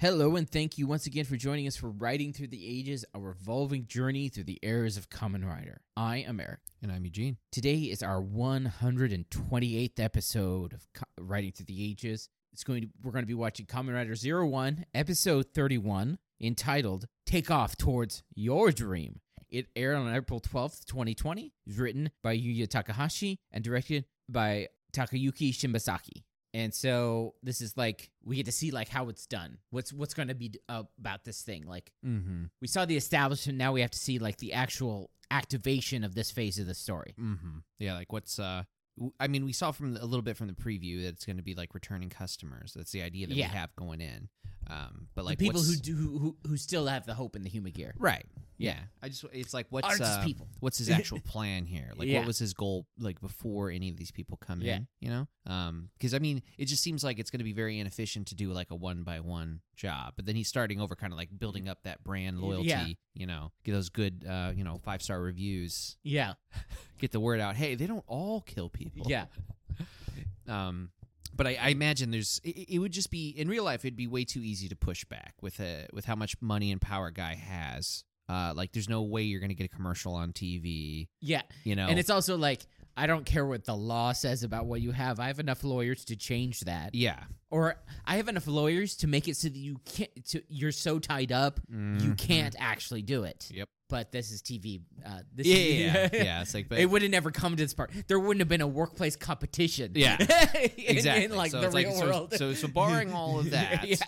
Hello, and thank you once again for joining us for Riding Through the Ages, a revolving journey through the eras of Common Rider. I am Eric. And I'm Eugene. Today is our 128th episode of Co- Riding Through the Ages. It's going to, we're going to be watching Common Rider 01, episode 31, entitled Take Off Towards Your Dream. It aired on April 12th, 2020. It was written by Yuya Takahashi and directed by Takayuki Shimbasaki. And so this is like we get to see like how it's done. What's what's going to be d- uh, about this thing? Like Mm-hmm. we saw the establishment, now we have to see like the actual activation of this phase of the story. Mm-hmm. Yeah, like what's uh w- I mean, we saw from the, a little bit from the preview that it's going to be like returning customers. That's the idea that Yeah. we have going in. Um, but Like like people who what's- do who, who who still have the hope in the human gear right? Yeah. Yeah. I just it's like are what's just uh, people. what's his actual plan here? Like Yeah. what was his goal like before any of these people come Yeah. in? You know, Um 'cause because I mean, it just seems like it's going to be very inefficient to do like a one by one job. But then he's starting over, kind of like building up that brand Yeah. loyalty. You know, get those good uh, you know five star reviews. Yeah, get the word out. Hey, they don't all kill people. yeah, Um, but I, I imagine there's. It, it would just be in real life. It'd be way too easy to push back with a with how much money and power guy has. Uh, like there's no way you're gonna get a commercial on TV. yeah. You know. And it's also like I don't care what the law says about what you have. I have enough lawyers to change that, yeah. or I have enough lawyers to make it so that you can't. To, you're so tied up, you Mhm. can't actually do it. Yep. But this is TV. Uh, this Yeah, is- yeah, yeah, yeah. It's like, but it would have never come to this part. There wouldn't have been a workplace competition. Yeah. in, exactly. in like so the it's real like, so- world. So, so barring all of that, yeah.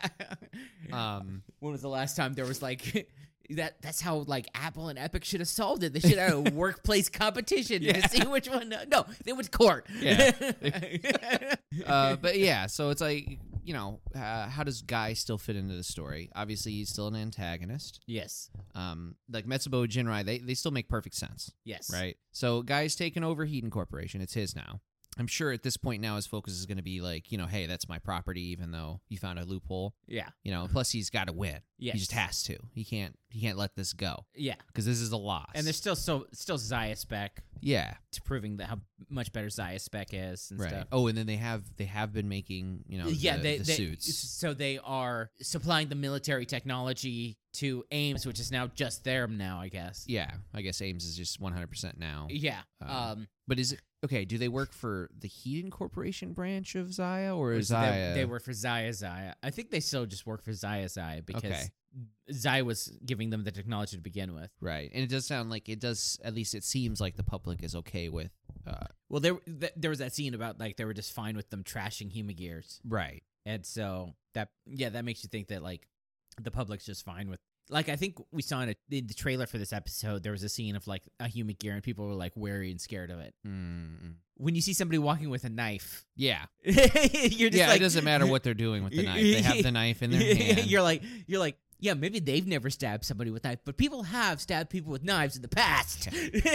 um, when was the last time there was like that that's how like apple and epic should have solved it they should have a workplace competition Yeah. to see which one no they went to court Yeah. uh, but yeah, so it's like you know, uh, how does Guy still fit into the story? Obviously, he's still an antagonist. yes Um, like Metsubo Jinrai, they they still make perfect sense. yes Right. So guy's taken over Heaton Corporation. It's his now. I'm sure at this point now his focus is going to be like, you know, hey, that's my property, even though you found a loophole. yeah You know, plus he's got to win. yes. He just has to. He can't. He can't let this go yeah because this is a loss. and there's still so still Zaius back yeah, to proving that how much better Zaius back is and right. stuff Oh, and then they have they have been making you know yeah, the, they, the they suits. so they are supplying the military technology to Ames, which is now just them now, I guess. Yeah, I guess Ames is just 100 percent now. Yeah. Uh, um, But is it okay? Do they work for the Heaton Corporation branch of Zaya or Or is so they- Zaya? They, work for Zaya Zaya. I think they still just work for Zaya Zaya because Okay. Zaya was giving them the technology to begin with. right, and it does sound like it does. At least it seems like the public is okay with. Uh, Well, there th- there was that scene about like they were just fine with them trashing Hema Gears, right. and so that yeah, that makes you think that like the public's just fine with. Like I think we saw in, a, in the trailer for this episode, there was a scene of like a human gear, and people were like wary and scared of it. mm When you see somebody walking with a knife, Yeah. you're just yeah, like, it doesn't matter what they're doing with the knife. They have the knife in their hand. you're like you're like yeah maybe they've never stabbed somebody with knife but people have stabbed people with knives in the past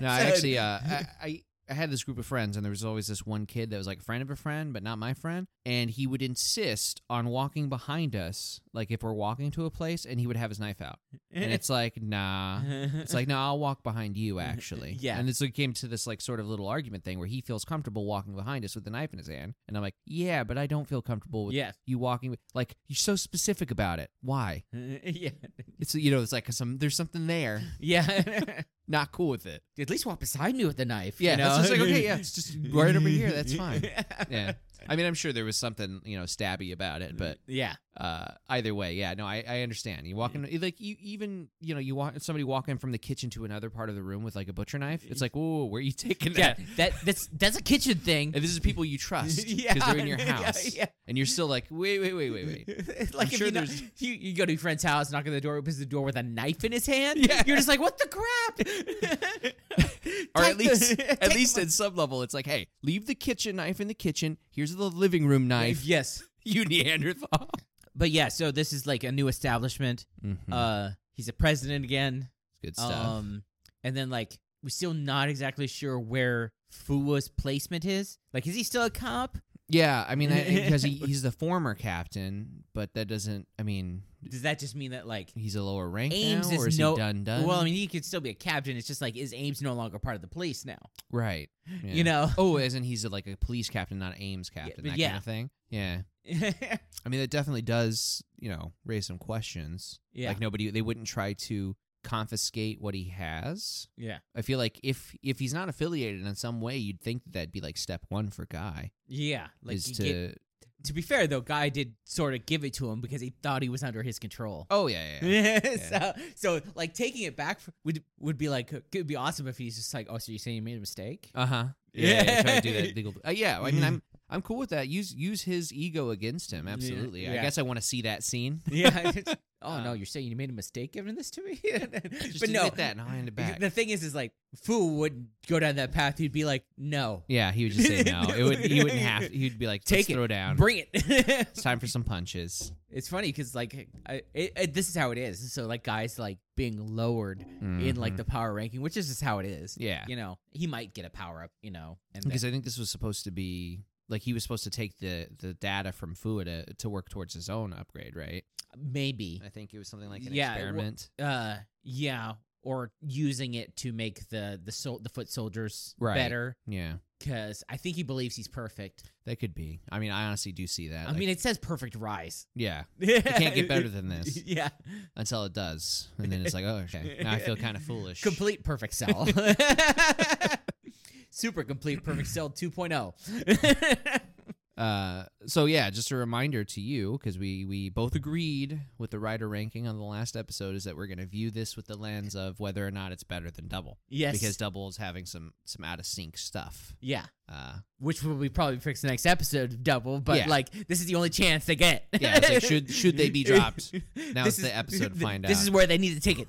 no, I actually, uh, I, I, I had this group of friends, and there was always this one kid that was like a friend of a friend, but not my friend. And he would insist on walking behind us, like if we're walking to a place, and he would have his knife out. And it's like, nah. It's like, no, I'll walk behind you, actually. Yeah. And it's like came to this like sort of little argument thing where he feels comfortable walking behind us with the knife in his hand, and I'm like, yeah, but I don't feel comfortable with yeah you walking. With, like, you're so specific about it. Why? yeah It's you know, it's like some there's something there. yeah Not cool with it. at least walk beside me with a knife you Yeah, know? that's just like, okay, yeah, it's just right over here, that's fine. Yeah. I mean, I'm sure there was something you know stabby about it, but yeah uh, either way, yeah, no, I, I understand. You walk in like you even you know you walk somebody walking from the kitchen to another part of the room with like a butcher knife. It's like, whoa, where are you taking yeah that? that that's that's a kitchen thing And this is people you trust because they're in your house, yeah, and you're still like, wait, wait, wait, wait, wait. like I'm if sure you, know, there's- you you go to your friend's house, knock on the door, opens the door with a knife in his hand. Yeah. you're just like, what the crap? Or Take at least, the- at take least the- at some level, it's like, hey, leave the kitchen knife in the kitchen. Here's the living room knife. yes, You Neanderthal. but yeah. So this is like a new establishment. Uh, he's a president again. Good Hmm. stuff. Um, and then like we're still not exactly sure where Fuwa's placement is. Like, is he still a cop? Yeah, I mean, because he, he's the former captain, but that doesn't. I mean, Does that just mean that like he's a lower rank Ames now, is or is no- he done done? Well, I mean, he could still be a captain. It's just like is Ames no longer part of the police now? right. yeah. You know. Oh, as in he's a, like a police captain, not Ames captain, but that yeah. kind of thing. Yeah, I mean, that definitely does, you know, raise some questions. yeah. Like nobody, they wouldn't try to confiscate what he has. yeah. I feel like if if he's not affiliated in some way, you'd think that that'd be like step one for Guy Yeah. Like is you to. get- to be fair though, Guy did sort of give it to him because he thought he was under his control. oh yeah, yeah, yeah. Yeah, so, so like taking it back f- would would be like it would be awesome if he's just like, oh, so you saying you made a mistake? uh huh. Yeah, yeah, yeah, try to do Yeah. Mm-hmm. that legal. Uh, yeah, I mean, I'm I'm cool with that. Use use his ego against him. Absolutely. I yeah. guess I want to see that scene. yeah. it's- oh no, Um, you're saying you made a mistake giving this to me. Just but admit no, that and I'll hand it back. the thing is, is like Fu wouldn't go down that path. He'd be like, no, yeah, he would just say no. It would. He wouldn't have. He'd be like, Take "Let's it. throw down. bring it. It's time for some punches. It's funny because like I, it, it, this is how it is. So like guys like being lowered in like Mhm. the power ranking, which is just how it is. yeah. You know, he might get a power up. You know, and then- because I think this was supposed to be like he was supposed to take the the data from Fuada to, to work towards his own upgrade, right? maybe, I think it was something like an an Yeah, it wa- experiment, uh, yeah, or using it to make the the sol- the foot soldiers Right. better yeah. because I think he believes he's perfect. That could be. I mean, I honestly do see that. I mean, it says perfect rise. yeah, It it can't get better than this yeah, until it does, and then it's like, oh, okay. Now I feel kind of foolish. complete perfect cell. Super complete perfect cell oh. 2.0. Uh, so yeah, just a reminder to you because we we both agreed with the writer ranking on the last episode is that we're going to view this with the lens of whether or not it's better than double yes. because double is having some some out of sync stuff. yeah. Uh, Which will be probably fix the next episode of double, but Yeah. like this is the only chance they get. Yeah, it's like, should- should they be dropped? Now This it's the episode to find This out. is where they need to take it.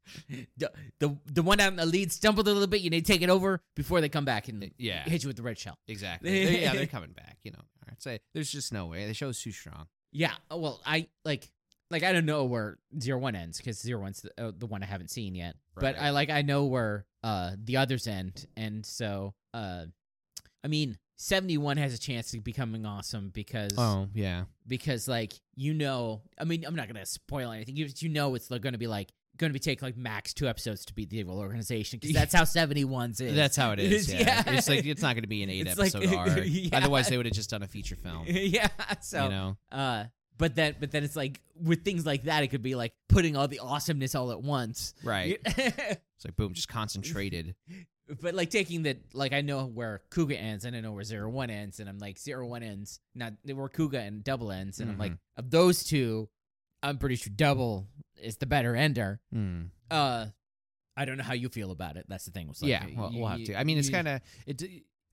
the, the the one down the lead stumbled a little bit. You need to take it over before they come back and yeah, hit you with the red shell. Exactly. They're- yeah, they're coming back. You know, I'd say there's just no way. The show's too strong. Yeah. oh, Well, I like like I don't know where zero one ends because zero one's the, uh, the one I haven't seen yet. But Right. I like I know where uh the others end, and so uh, I mean seventy one has a chance of becoming awesome because Oh yeah, because like you know I mean I'm not gonna spoil anything. You you know it's like, gonna be like gonna be take like max two episodes to beat the evil organization because that's how seventy ones is. that's how it is. Yeah, Yeah. it's like it's not going to be an eight It's like- episode arc. Yeah. Otherwise, they would have just done a feature film. yeah. So you know, uh, but then but then it's like with things like that it could be like putting all the awesomeness all at once. right? Yeah. It's like boom, just concentrated. but like taking the like I know where Kuga ends and I know where Zero One ends and I'm like Zero One ends not where Kuga and Double ends and I'm like Mm-hmm. of those two, I'm pretty sure Double is the better ender. Hmm. Uh, I don't know how you feel about it. That's the thing. It's like, yeah, well, you- we'll have you- to. I mean, it's you- kind of it.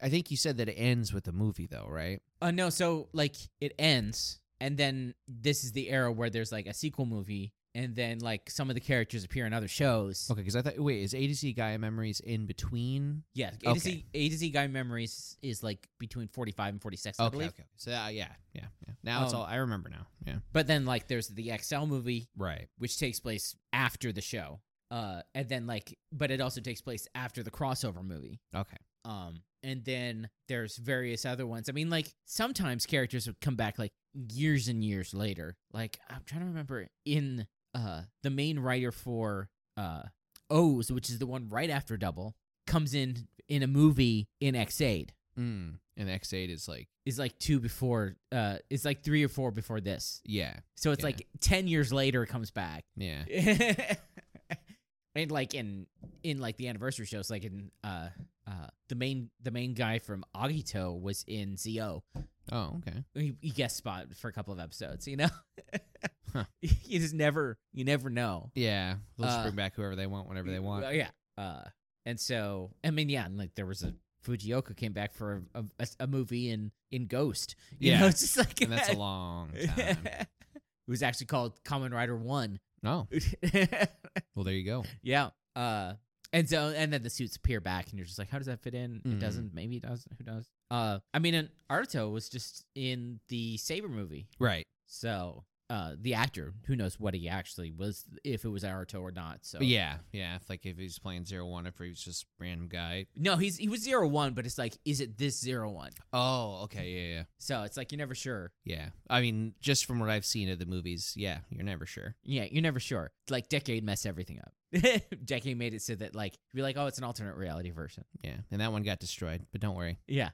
I think you said that it ends with the movie though, right? Uh, no, so like it ends, and then this is the era where there's like a sequel movie, and then like some of the characters appear in other shows. Okay, because I thought wait, is A to Z Guy Memories in between? Yeah, A to Okay. Z A to Z Guy Memories is like between forty five and forty six, I Okay, believe. okay. So uh, yeah, yeah, yeah. Now it's Um, all I remember now. Yeah, But then like there's the XL movie, right. which takes place after the show. Uh, and then like, but it also takes place after the crossover movie. Okay. Um, and then there's various other ones. I mean, like sometimes characters would come back like years and years later. Like I'm trying to remember in uh the main writer for uh O's, which is the one right after Double, comes in in a movie in X8. Mm. And X eight is like Is like two before, uh, is like three or four before this. yeah, So it's Yeah. like ten years later it comes back. yeah. and like in in like the anniversary shows, like in uh uh the main the main guy from Agito was in Zo. Oh okay. He, he guest spot for a couple of episodes, you know. Huh. You just never you never know. Yeah, they'll Uh, just bring back whoever they want, whenever they want. Uh, yeah. Uh, and so I mean, yeah, and like there was a Fujioka came back for a, a, a movie in in Ghost. You Yeah. know, it's just like and that's a long time. it was actually called Common Rider One. No, well there you go. Yeah. Uh and so and then the suits appear back and you're just like, how does that fit in? It Mhm. doesn't, maybe it does, who knows? Uh I mean and Arto was just in the Saber movie. Right. So uh, the actor, who knows what he actually was, if it was Naruto or not. So Yeah, yeah. If like if he's playing zero one, if he was just random guy. no, he's he was zero one, but it's like, is it this zero one? Oh, okay, yeah, yeah, So it's like you're never sure. yeah. I mean, just from what I've seen of the movies, yeah, you're never sure. Yeah, you're never sure. Like Decade messed everything up. Decade made it so that like you're like, oh, it's an alternate reality version. Yeah, and that one got destroyed, but don't worry. Yeah,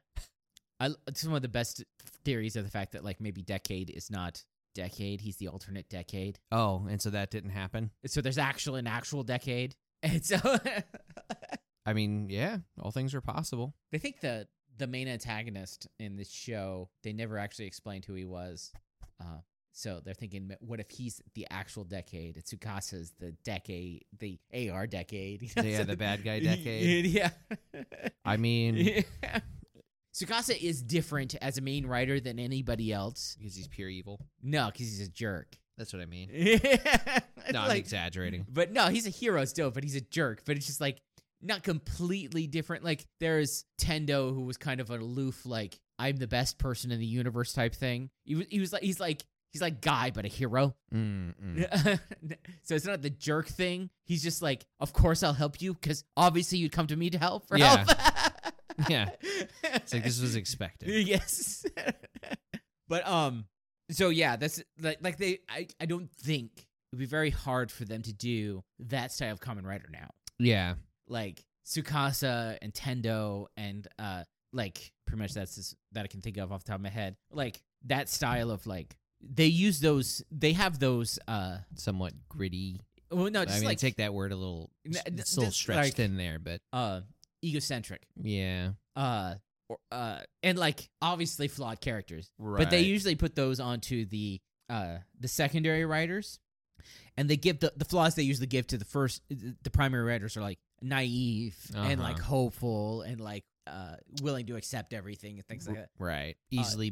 I it's one of the best theories of the fact that like maybe Decade is not Decade. He's the alternate Decade. Oh, and so that didn't happen. So there's actual an actual Decade, and so I mean, yeah, all things are possible. they think the the main antagonist in this show they never actually explained who he was. Uh, so they're thinking, what if he's the actual decade? and Tsukasa's the decade, the AR decade. you know, Yeah, so the bad guy decade. Yeah. I mean, Yeah. Tsukasa is different as a main writer than anybody else. because he's pure evil. No, because he's a jerk. That's what I mean. It's No, I'm like- exaggerating. But no, he's a hero still, but he's a jerk. But it's just like not completely different. Like there's Tendo, who was kind of an aloof, like I'm the best person in the universe type thing. He was, he was like, he's like, he's like guy, but a hero. Mm-mm. so it's not the jerk thing. He's just like, of course I'll help you because obviously you'd come to me to help for Yeah. help. Yeah. It's like this was expected. Yes. but um so yeah, that's like like they I, I don't think it'd be very hard for them to do that style of common writer now. Yeah. Like Tsukasa and Tendo and uh like pretty much that's as, that I can think of off the top of my head. Like that style of like they use those they have those uh somewhat gritty. well no I just mean, like take that word a little, N- n- it's a little just like- stretched in there, but uh egocentric. yeah, Uh or, uh and like obviously flawed characters. right. but they usually put those onto the uh the secondary writers and they give the the flaws they usually give to the first the primary writers are like naive and like Uh-huh. hopeful and like uh willing to accept everything and things like that right Uh, easily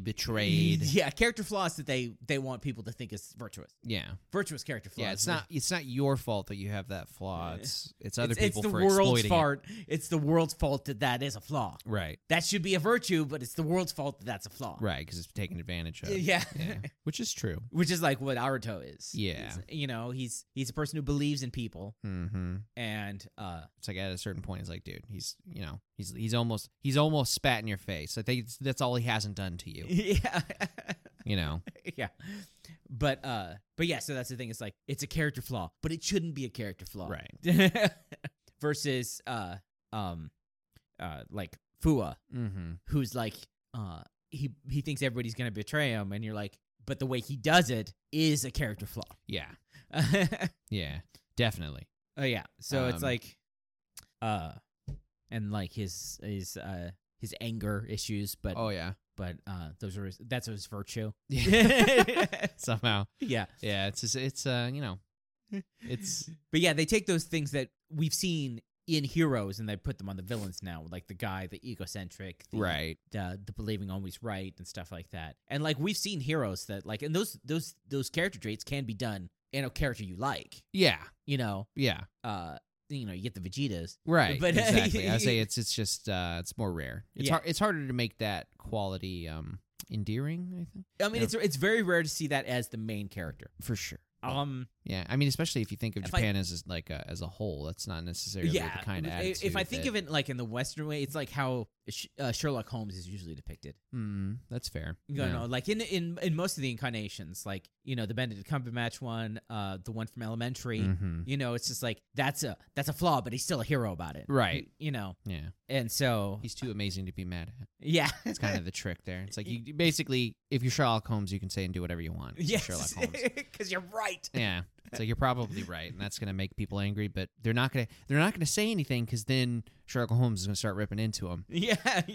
betrayed. yeah character flaws that they they want people to think is virtuous Yeah, virtuous character flaws yeah. It's not it's not your fault that you have that flaw. It's it's other it's, it's people the for world's exploiting it. fault it's the world's fault that that is a flaw Right, that should be a virtue but it's the world's fault that that's a flaw right, because it's taken advantage of. yeah. Yeah. which is true. which is like what Aruto is. Yeah. He's- you know, he's he's a person who believes in people, Mm-hmm. and uh, It's like at a certain point, it's like, dude, he's you know he's he's almost he's almost spat in your face. I think it's, that's all he hasn't done to you. yeah, You know, yeah. But uh, but yeah, so that's the thing. It's like it's a character flaw, but it shouldn't be a character flaw, right? right? Versus uh, um, uh, like Fua, Mm-hmm. who's like uh, he he thinks everybody's gonna betray him, and you're like, but the way he does it is a character flaw. Yeah, oh yeah, definitely. yeah, so it's Um, like, uh, and like his his uh his anger issues, but Oh yeah, but uh, those are his, that's his virtue. somehow. yeah, Yeah, it's just, it's uh you know, it's but yeah, they take those things that we've seen in heroes and they put them on the villains now, like the guy, the egocentric, the, uh, right. the, the believing always right and stuff like that. And like we've seen heroes that like, and those those those character traits can be done in a character you like, Yeah, you know. yeah, Uh, you know, you get the Vegetas. right. But- exactly. I say it's it's just uh it's more rare. It's Yeah. hard. It's harder to make that quality um endearing. I think I mean, Yeah. it's it's very rare to see that as the main character. for sure. Um, Yeah, I mean, especially if you think of If I- Japan as as like a, as a whole, that's not necessarily yeah. the kind of if- attitude. if I think that, of it like in the Western way, it's like how Sh- uh, Sherlock Holmes is usually depicted. mm, that's fair. You know, Yeah. like in in in most of the incarnations, like you know the Benedict Cumberbatch one, uh, the one from Elementary. Mhm. You know, it's just like that's a that's a flaw, but he's still a hero about it, Right. You know, Yeah, and so he's too amazing to be mad at. yeah, It's kind of the trick there. It's like you you basically, if you're Sherlock Holmes, you can say and do whatever you want. if you're Sherlock yes, Holmes. because you're right. Yeah. So you're probably right, and that's going to make people angry. But they're not going to they're not going to say anything because then Sherlock Holmes is going to start ripping into him. Yeah.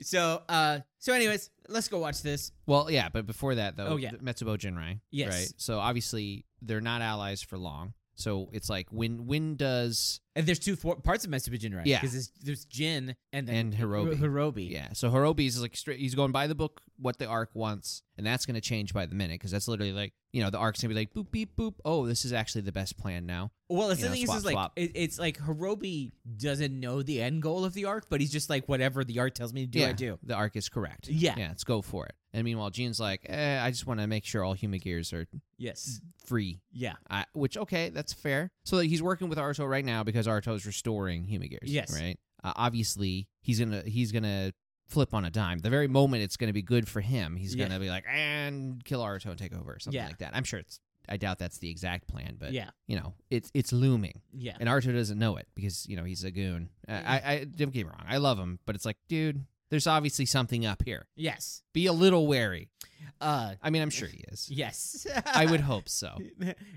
so uh, so anyways, let's go watch this. Well, yeah, but before that though, Oh, yeah. th- Metsubo Jinrai. Yes. Right. So obviously they're not allies for long. So it's like when when does And there's two for- parts of Mesopotamia, right? Yeah. because there's Jin and then And Hirobi. Hirobi. yeah? So Hirobi's is like straight. He's going by the book what the arc wants, and that's going to change by the minute because that's literally like you know the arc's going to be like boop beep boop. Oh, this is actually the best plan now. Well, it's the You know, thing is, swap, is like swap. it, it's like Hirobi doesn't know the end goal of the arc, but he's just like whatever the arc tells me to do, yeah, I do. The arc is correct. Yeah. Yeah. Let's go for it. And meanwhile, Gene's like, eh, I just want to make sure all human gears are Yes. free. Yeah. I, which, okay, that's fair. So like, he's working with Arto right now because Arto's restoring human gears. Yes. Right? Uh, obviously, he's going to he's gonna flip on a dime. The very moment it's going to be good for him, he's Yeah. going to be like, and kill Arto and take over or something Yeah. like that. I'm sure it's, I doubt that's the exact plan, but, yeah. you know, it's it's looming. Yeah. And Arto doesn't know it because, you know, he's a goon. I, I, I don't get me wrong. I love him, but it's like, dude, there's obviously something up here. Yes. Be a little wary. Uh. I mean, I'm sure he is. Yes. I would hope so.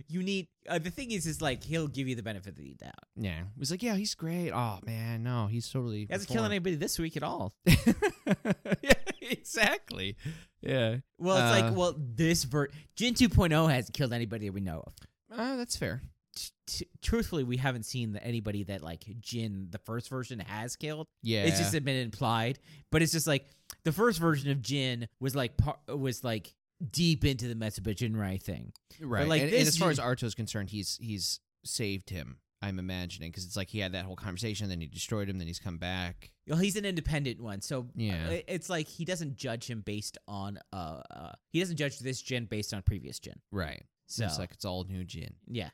you need uh, the thing is is like he'll give you the benefit of the doubt. Yeah. It was like, yeah, he's great. Oh, man. No, he's totally. He hasn't killed anybody this week at all. reformed. yeah, exactly. Yeah. Well, it's Uh, like well this ver- Jin 2.0 hasn't killed anybody that we know of. Uh, that's fair. T- t- truthfully, we haven't seen anybody that like Jin the first version has killed. Yeah. It's just been implied, but it's just like the first version of Jin was like par- was like deep into the Mesopotamian thing. right. like, and, and this as far you- as Arto's concerned, he's he's saved him. I'm imagining because it's like he had that whole conversation, then he destroyed him, then he's come back. Well, he's an independent one, so Yeah. i- it's like he doesn't judge him based on uh, uh he doesn't judge this Jin based on previous Jin. Right. So So it's like it's all new Jin, yeah,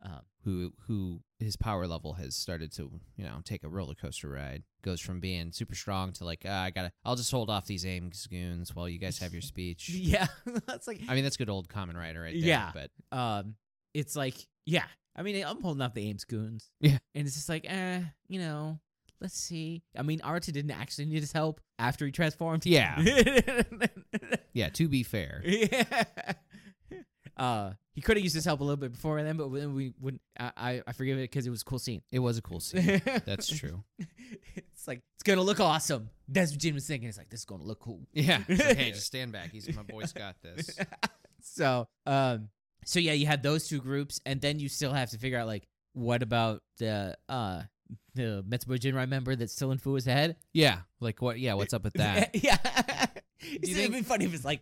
um, who who his power level has started to you know take a roller coaster ride. Goes from being super strong to like uh, I gotta, I'll just hold off these aim goons while you guys have your speech. yeah, that's like I mean, that's good old common writer right there. Yeah. But um, it's like yeah. I mean, I'm holding up the Ames goons. Yeah. and it's just like eh, you know, let's see. I mean, Arta didn't actually need his help after he transformed. yeah, Yeah. yeah. To be fair, Yeah. Uh, he could have used his help a little bit before then, but when we wouldn't. I I, I forgive it because it was a cool scene. it was a cool scene. That's That's true. It's like it's gonna look awesome. That's what Jim was thinking. It's like this is gonna look cool. Yeah. It's like, hey, just stand back. He's my boy's got this. So um, so yeah, you have those two groups, and then you still have to figure out like what about the uh the Metsubo Jinrai member that's still in Fua's head? Yeah. Like what? Yeah. What's up with that? yeah. It's- think- It'd be funny if it's like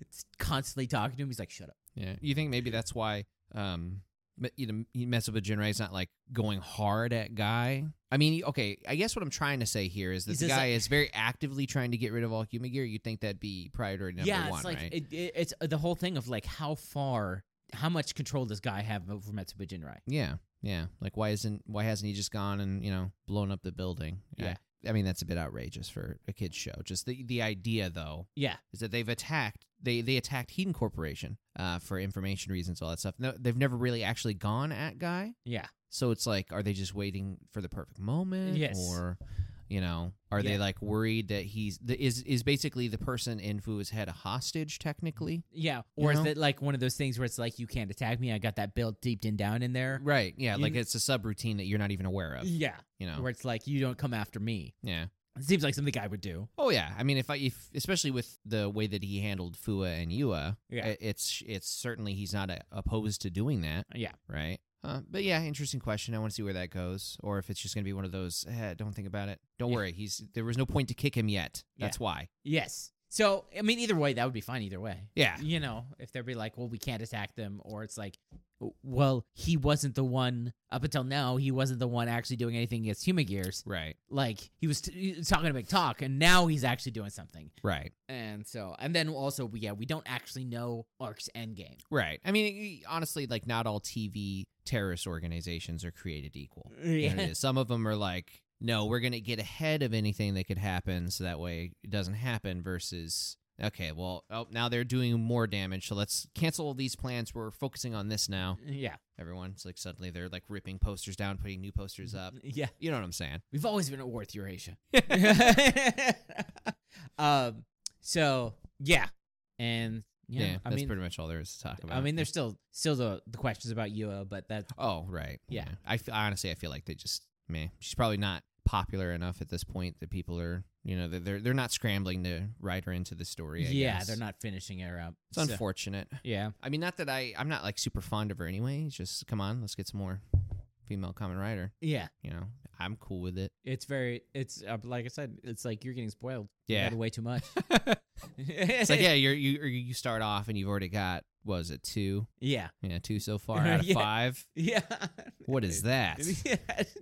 it's constantly talking to him. He's like, shut up. Yeah. You think maybe that's why um me- you know he mess up with Jinrai is not like going hard at guy. I mean, okay. I guess what I'm trying to say here is that He's the just guy like- is very actively trying to get rid of all human gear. You'd think that'd be priority number yeah, one, it's like right? it, it, it's the whole thing of like how far, how much control does guy have over Metsuba Jinrai? Yeah, yeah. Like, why isn't why hasn't he just gone and you know blown up the building? Yeah. I, I mean that's a bit outrageous for a kids show. Just the the idea though Yeah, is that they've attacked they they attacked Heaton Corporation uh, for information reasons, all that stuff. No, they've never really actually gone at Guy, yeah, so it's like, are they just waiting for the perfect moment? Yes. Or you know, are they Yeah. like worried that he's the, is is basically the person in Fu's head a hostage technically? yeah. Or know? is it like one of those things where it's like you can't attack me? I got that built deep and down in there. Right. Yeah. You like kn- it's a subroutine that you're not even aware of. Yeah, You know. where it's like you don't come after me. Yeah. It seems like something I would do. Oh yeah, I mean, if I if especially with the way that he handled Fua and Yua, Yeah. i- it's it's certainly he's not uh opposed to doing that, Yeah, right? Uh, but yeah, interesting question. I want to see where that goes, or if it's just going to be one of those. Eh, don't think about it. Don't Yeah. worry. He's there was no point to kick him yet. That's why. yes. So I mean, either way, that would be fine. Either way. Yeah. You know, if they'd be like, well, we can't attack them, or it's like, well, he wasn't the one up until now. He wasn't the one actually doing anything against human gears. Right. like he was t- he was talking a big talk and now he's actually doing something Right. and so and then also we- yeah we don't actually know arc's endgame Right. I mean, e- honestly, like not all TV terrorist organizations are created equal. You know what it yeah is? Some of them are like, no, we're going to get ahead of anything that could happen so that way it doesn't happen versus, okay, well, oh, now they're doing more damage. So let's cancel these plans. We're focusing on this now. yeah Everyone's like, suddenly they're like ripping posters down, putting new posters up. yeah You know what I'm saying? we've always been at war with eurasia um so yeah and yeah, i that's mean pretty much all there is to talk about. i mean there's still still the, the questions about yua but that Oh, right. Yeah. I f- honestly, I feel like they just, man, she's probably not popular enough at this point that people are, you know, they're- they're, they're not scrambling to write her into the story. I yeah guess. they're not finishing her up It's So- unfortunate. yeah I mean, not that I, I'm not like super fond of her anyway. It's just, come on, let's get some more female common writer. yeah You know, I'm cool with it. it's very it's uh, like i said it's like you're getting spoiled you Yeah. had way too much it's like, yeah, you're, you, or you start off and you've already got, what was it, two? yeah Yeah, two so far out of Yeah. five. yeah What is that? yeah,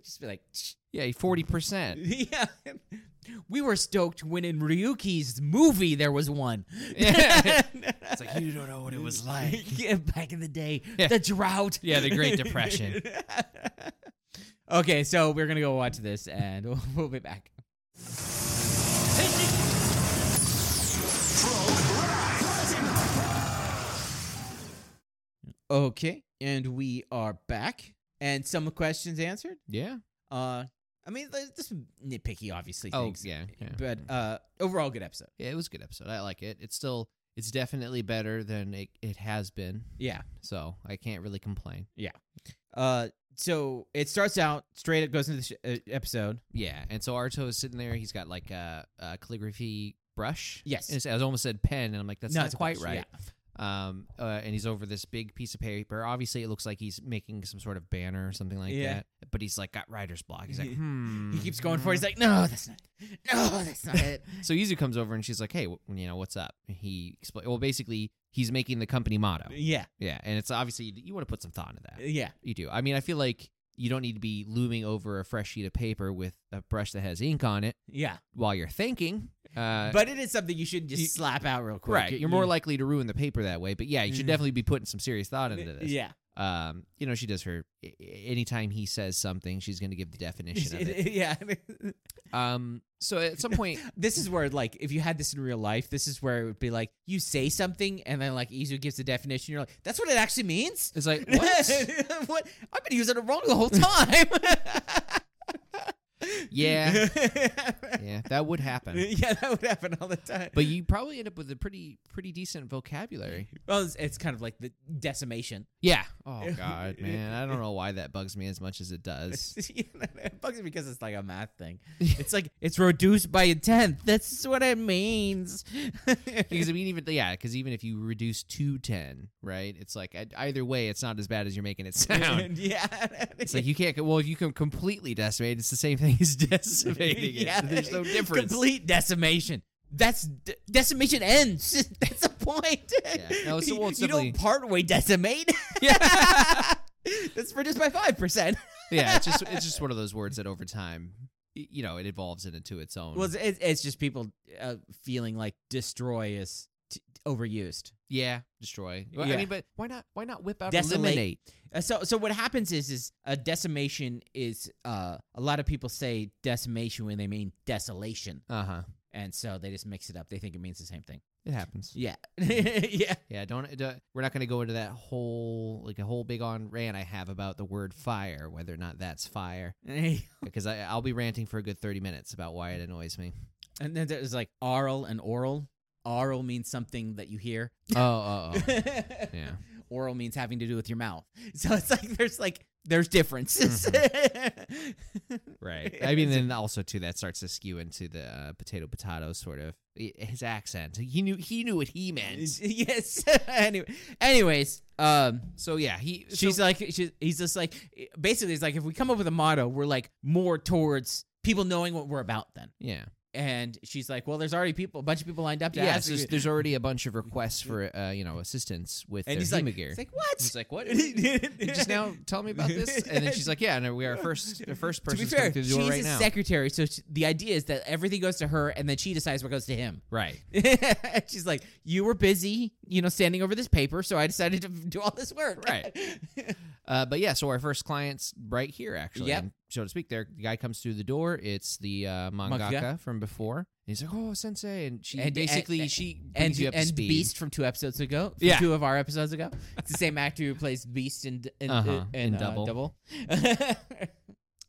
just be like, "Tch." Yeah, 40%. yeah, we were stoked when in Ryuki's movie there was one. It's like you don't know what it was like. Yeah, back in the day, Yeah. the drought. Yeah, the Great Depression. okay, so we're gonna go watch this, and we'll, we'll be back. Okay, and we are back, and some questions answered. Yeah. Uh, I mean, like, this is nitpicky, obviously. Oh, things, yeah. yeah. But uh, overall, good episode. yeah, it was a good episode. I like it. It's still, it's definitely better than it, it has been. Yeah. So I can't really complain. Uh, so it starts out straight. It goes into the sh- uh, episode. Yeah. And so Arto is sitting there. He's got like a, a calligraphy brush. Yes. And it's- I almost said pen, and I'm like, that's No, not it's a quite brush, right. Um, uh, and he's over this big piece of paper. Obviously, it looks like he's making some sort of banner or something like Yeah. that. But he's like got writer's block. He's like, He- hmm. He keeps going for. it. He's like, no, that's not. No, that's not it. So Yuzu comes over and she's like, "Hey, w- you know what's up?" And he explains. Well, basically, he's making the company motto. yeah, Yeah, and it's obviously you want to put some thought into that. yeah, You do. I mean, I feel like you don't need to be looming over a fresh sheet of paper with a brush that has ink on it yeah. while you're thinking. Uh, But it is something you should just You- slap out real quick. right, You- you're more likely to ruin the paper that way. But yeah, you should Mhm. definitely be putting some serious thought into this. Yeah, Um, you know, she does her a- anytime he says something, she's going to give the definition of it. yeah. Um, so at some point, this is where, like, if you had this in real life, this is where it would be like you say something, and then like Izu gives the definition. You're like, that's what it actually means. it's like, what? what? I've been using it wrong the whole time. yeah, yeah, that would happen. yeah, that would happen all the time. But you probably end up with a pretty pretty decent vocabulary. well, it's, it's kind of like the decimation. Yeah. Oh God, man, I don't know why that bugs me as much as it does. it bugs me because it's like a math thing. It's like it's reduced by a tenth. That's what it means. Because I mean, even yeah, because even if you reduce to ten, right? It's like I- either way, it's not as bad as you're making it sound. yeah, It's like you can't. Well, if you can completely decimate, it's the same thing as decimating it. Yeah. There's no difference. Complete decimation. That's d- decimation ends. That's the point. Yeah. No, it's- well, it's you definitely- don't part way decimate. That's reduced by five percent. yeah, it's just it's just one of those words that over time, y- you know, it evolves into its own. Well, it's, it's, it's just people uh, feeling like destroy is t- overused. yeah, destroy. Well, I Yeah. mean, but why not? Why not whip out Desolate. eliminate? Uh, so, so what happens is, is a decimation is uh, a lot of people say decimation when they mean desolation, Uh huh. and so they just mix it up. They think it means the same thing. It happens. Yeah, yeah, Yeah, don't, uh, don't- We're not going to go into that whole like a whole big on rant I have about the word fire, whether or not that's fire, and because I, I'll be ranting for a good thirty minutes about why it annoys me. then there's like aural and oral. Aural means something that you hear. Oh, oh, oh. yeah. Oral means having to do with your mouth. So it's like there's like there's differences. Right. I mean, then also too that starts to skew into the uh, potato potato sort of i- his accent. He knew he knew what he meant. yes. anyway, anyways, um, So yeah, he so- she's like, she's, he's just like, basically, it's like if we come up with a motto, we're like more towards people knowing what we're about then. yeah And she's like, well, there's already people, a bunch of people lined up to yeah. ask. so there's, you. there's already a bunch of requests for uh, you know assistance with and their he's like, Hema gear. he's like, what? He's like, what? You just now tell me about this, and then she's like, "Yeah, and we are first, the first To be person fair, coming through the she's door right his now." secretary, so she, the idea is that everything goes to her, and then she decides what goes to him. right? she's like, you were busy, you know, standing over this paper, so I decided to do all this work. Right. Uh, but yeah, so our first client's right here, actually, Yep. um, so to speak. There, the guy comes through the door. It's the uh, mangaka Mangaka. from before. And he's like, "Oh, sensei," and she And- basically and- she brings and you up to and speed. Beast from two episodes ago, from Yeah. two of our episodes ago. It's the same actor who plays Beast and and, Uh-huh, and, in uh, Double. double.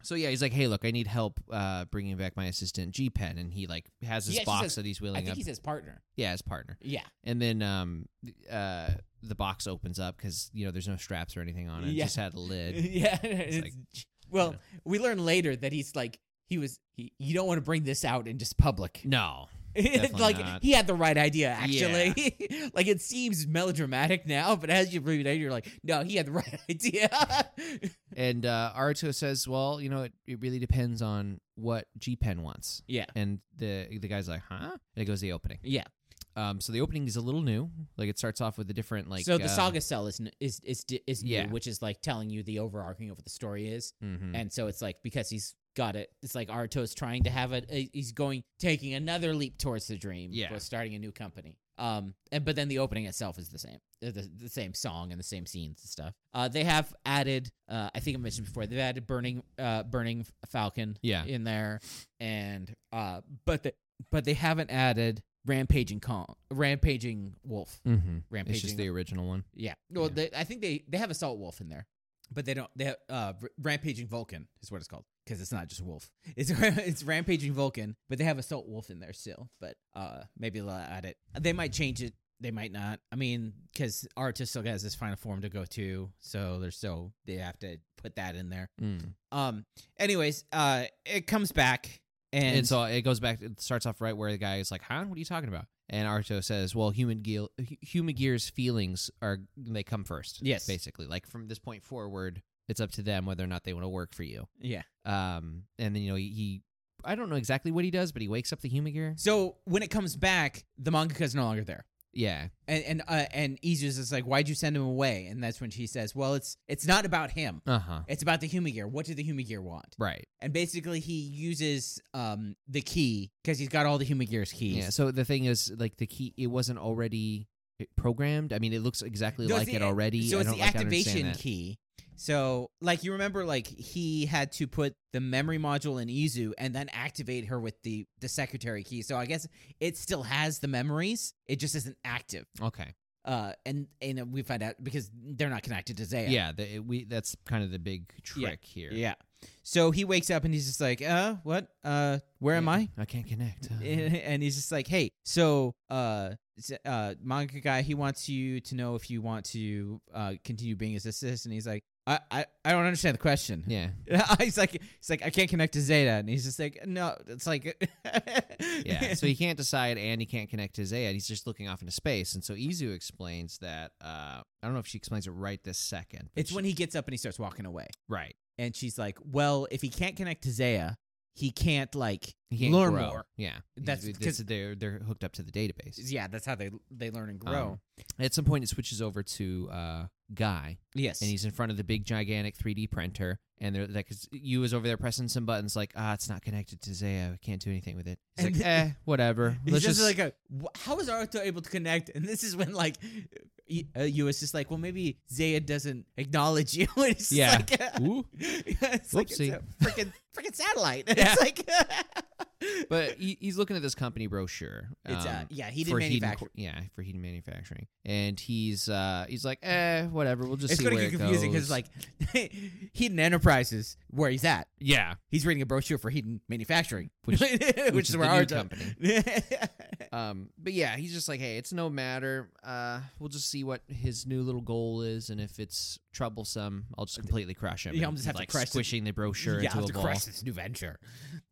So yeah, he's like, "Hey, look, I need help uh, bringing back my assistant G Pen," and he like has this Yeah, she box says- that he's I wheeling think up. he's his partner. yeah, his partner. Yeah, And then um, uh, the box opens up because you know there's no straps or anything on it. It Yeah. just had a lid. yeah. it's- well, we learn later that he's like he was. He, you don't want to bring this out in just public. no. definitely like not. he had the right idea actually. like it seems melodramatic now, but as you read it, you're like, no, he had the right idea. And uh, Aruto says, "Well, you know, it, it really depends on what G Pen wants." yeah, And the the guy's like, "Huh?" And it goes to the opening. yeah. Um, so the opening is a little new. Like it starts off with a different like. so the uh, saga cell is n- is is d- is new, Yeah. which is like telling you the overarching of what the story is, mhm. and so it's like because he's Got it. It's like Arto's trying to have a, a- he's going taking another leap towards the dream. Yeah. but starting a new company. Um, and but then the opening itself is the same, uh, the, the same song and the same scenes and stuff. Uh, they have added. Uh, I think I mentioned before they've added burning, uh, burning Falcon Yeah. in there, and uh, but they but they haven't added rampaging Kong, rampaging wolf, Mm-hmm. rampaging. It's just the original one. Yeah. Well, Yeah. They, I think they they have assault wolf in there, but they don't. They have uh, r- rampaging Vulcan is what it's called because it's not just wolf. It's it's rampaging Vulcan, but they have assault wolf in there still. But uh, maybe they'll add it. They might change it. They might not. I mean, because Artis still has his final form to go to, so they're still they have to put that in there. Mm. Um. Anyways, uh, it comes back and And so it goes back. It starts off right where the guy is like, "Huh? What are you talking about?" And Arto says, "Well, human gear, human gear's feelings are they come first. Yes. basically. Like from this point forward, it's up to them whether or not they want to work for you." yeah. Um, and then you know he, he, I don't know exactly what he does, but he wakes up the human gear. So when it comes back, the mangaka is no longer there. Yeah, and and uh, and Izu's is like, "Why'd you send him away?" And that's when she says, "Well, it's it's not about him. uh huh. It's about the Humigear. What did the Humigear want?" Right. And basically, he uses um the key because he's got all the Humigear's keys. Yeah. So the thing is, like the key, it wasn't already programmed. I mean, it looks exactly No, it's like the- it already. So I it's don't, the like, activation understand that. key. So like you remember, like he had to put the memory module in Izu and then activate her with the the secretary key. So I guess it still has the memories. It just isn't active. Okay. Uh, and and we find out because they're not connected to Zaya. Yeah. the, it, we. That's kind of the big trick here. Yeah. So he wakes up and he's just like, uh, what? Uh, where am I? I can't connect. uh. And he's just like, hey, so, uh, s- uh, manga guy, he wants you to know if you want to, uh, continue being his assistant. And he's like, I, I, I don't understand the question. yeah. he's like, he's like, I can't connect to Zeta. And he's just like, no, it's like, Yeah. so he can't decide, and he can't connect to Zaya. and He's just looking off into space. And so Izu explains that. Uh, I don't know if she explains it right this second. but it's she- when he gets up and he starts walking away. right. And she's like, well, if he can't connect to Zaya, he can't like He can't learn grow. more. Yeah. That's This- because- they're they're hooked up to the database. Yeah, that's how they they learn and grow. Um, At some point, it switches over to uh, Guy, yes, and he's in front of the big gigantic 3D printer, and they're like, cause you is over there pressing some buttons, like, ah, it's not connected to Zaya, I can't do anything with it. He's And like, then- eh, whatever. He's Let's just, just, like a, wh- how is Naruto able to connect? And this is when like y- uh, you is just like, well, maybe Zaya doesn't acknowledge you. And it's just Yeah. like, uh, ooh. yeah, it's like it's Whoopsie. a freaking freaking satellite. And Yeah. It's like, But he, he's looking at this company brochure. it's uh, um, yeah, he did for Heaton manufacture. Cor- yeah, for Heaton Manufacturing, and he's uh, he's like, eh, whatever. We'll just It's see going to where get it confusing because goes. like Heaton Enterprises, where he's at, yeah, he's reading a brochure for Heaton Manufacturing, Which- which, which is is where the new Naruto. Um, but yeah, he's just like, hey, it's no matter. Uh, we'll just see what his new little goal is, and if it's troublesome, I'll just completely crush him. Yeah, and I'll just have to like crush it. squishing the brochure yeah, into to a ball. crush this new venture.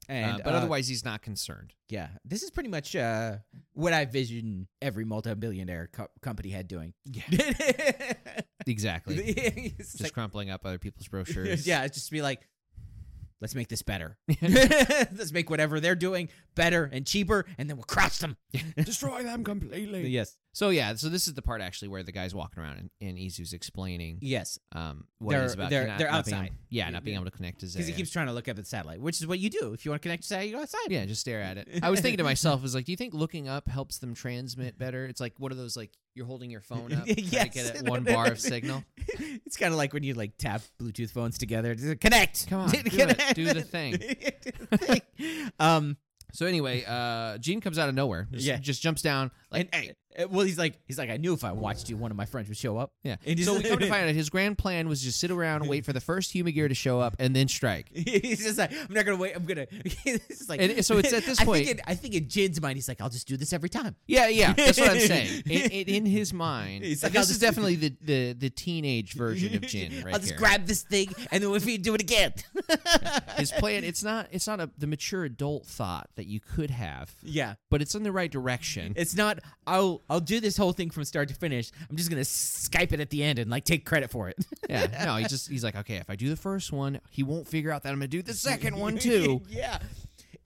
Uh, And but uh, otherwise, he's not concerned. Yeah, this is pretty much uh, what I vision every multi-billionaire co- company head doing. Yeah, It's exactly. just like- crumpling up other people's brochures. yeah, it's just be like, let's make this better. let's make whatever they're doing better and cheaper, and then we'll crush them. destroy them completely. Yes, So yeah, so this is the part actually where the guy's walking around and, and Izu's explaining yes, um what it They're- is about. they're- not- they're not being- outside. yeah, not being able to connect to Zaya. because he keeps trying to look up at the satellite, which is what you do if you want to connect to satellite. You go outside. Yeah, just stare at it. I was thinking to myself, is like, do you think looking up helps them transmit better? It's like one of those like you're holding your phone up, trying to get Yes. at one bar of signal. It's kind of like when you like tap Bluetooth phones together. It's like, Connect. Come on, do it. Do the thing. thing. um, So anyway, uh, Gene comes out of nowhere. Just, Yeah. just jumps down. Like, and hey, eh, well, he's like, he's like, I knew if I watched you, one of my friends would show up. yeah. and so just- we come to find out his grand plan was just sit around and wait for the first human gear to show up and then strike. He's just like, I'm not gonna wait. I'm gonna. It's like, And so it's at this I point- Think in, I think in Jin's mind, he's like, I'll just do this every time. Yeah, yeah, that's what I'm saying. In, in, in his mind, He's like, this I'll is just- definitely the, the the teenage version of Jin right I'll just here. grab this thing and then if you do it again. his plan. It's not it's not a the mature adult thought that you could have, yeah, but it's in the right direction. it's not. I'll I'll do this whole thing from start to finish. I'm just gonna Skype it at the end and like take credit for it. Yeah, no, he just he's like, okay, if I do the first one, he won't figure out that I'm gonna do the second one too. yeah.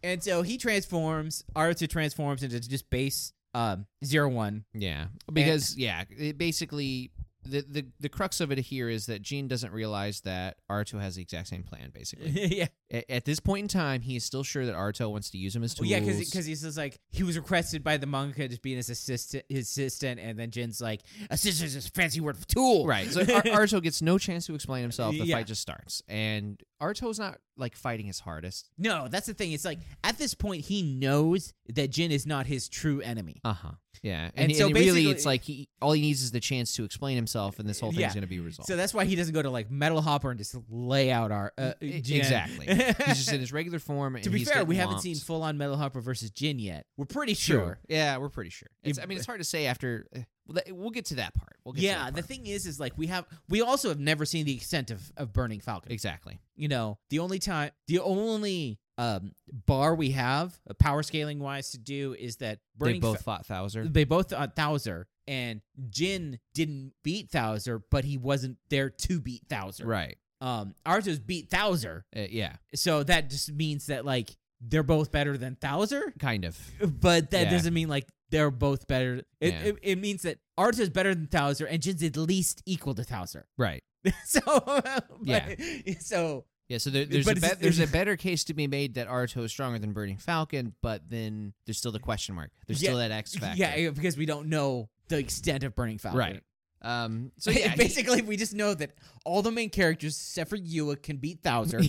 And so he transforms. Aruto transforms into just base um zero one. yeah, because yeah, it basically the, the the crux of it here is that Gene doesn't realize that Arto has the exact same plan. Basically, yeah. A- at this point in time, he is still sure that Arto wants to use him as Well, tools. yeah, because because he says like he was requested by the manga to be his assistant, his assistant, and then Jin's like assistant is a fancy word for tool, right. So Ar- Arto gets no chance to explain himself. The Yeah. fight just starts, and Arto's not like fighting his hardest. no, that's the thing. It's like at this point he knows that Jin is not his true enemy. Uh huh. Yeah, and, Uh-huh. And so and really, basically- it's like he all he needs is the chance to explain himself, and this whole thing's Yeah. going to be resolved. So that's why he doesn't go to like Metal Hopper and just lay out our uh, E- Jin. Exactly. he's just in his regular form. And to be he's fair, getting we haven't whomped. seen full on Metal Hopper versus Jin yet. We're pretty True. sure. Yeah, we're pretty sure. It- It's, I mean, it's hard to say after. eh, Well, that, we'll get to that part. We'll get yeah, To that the part. thing is, is like we have we also have never seen the extent of of Burning Falcon. exactly. you know, the only time, the only um, bar we have, uh, power scaling wise, to do is that they Burning both Fa- fought Thouser. they both uh, Thouser and Jin didn't beat Thouser, but he wasn't there to beat Thouser. Right. Um, Arthur's beat Thouser, Uh, yeah. so that just means that like they're both better than Thouser, Kind of. but that Yeah. doesn't mean like they're both better. It, Yeah. it, it means that Arthur's better than Thouser and Jin's at least equal to Thouser. Right. so, but, Yeah. so Yeah. So there, there's But a it's- bet there's a better case to be made that Arto is stronger than Burning Falcon, but then there's still the question mark. There's Yeah. still that X factor. Yeah, because we don't know the extent of Burning Falcon. Right. Um. So So yeah. he- basically, we just know that all the main characters, except for Yua, can beat Thouser.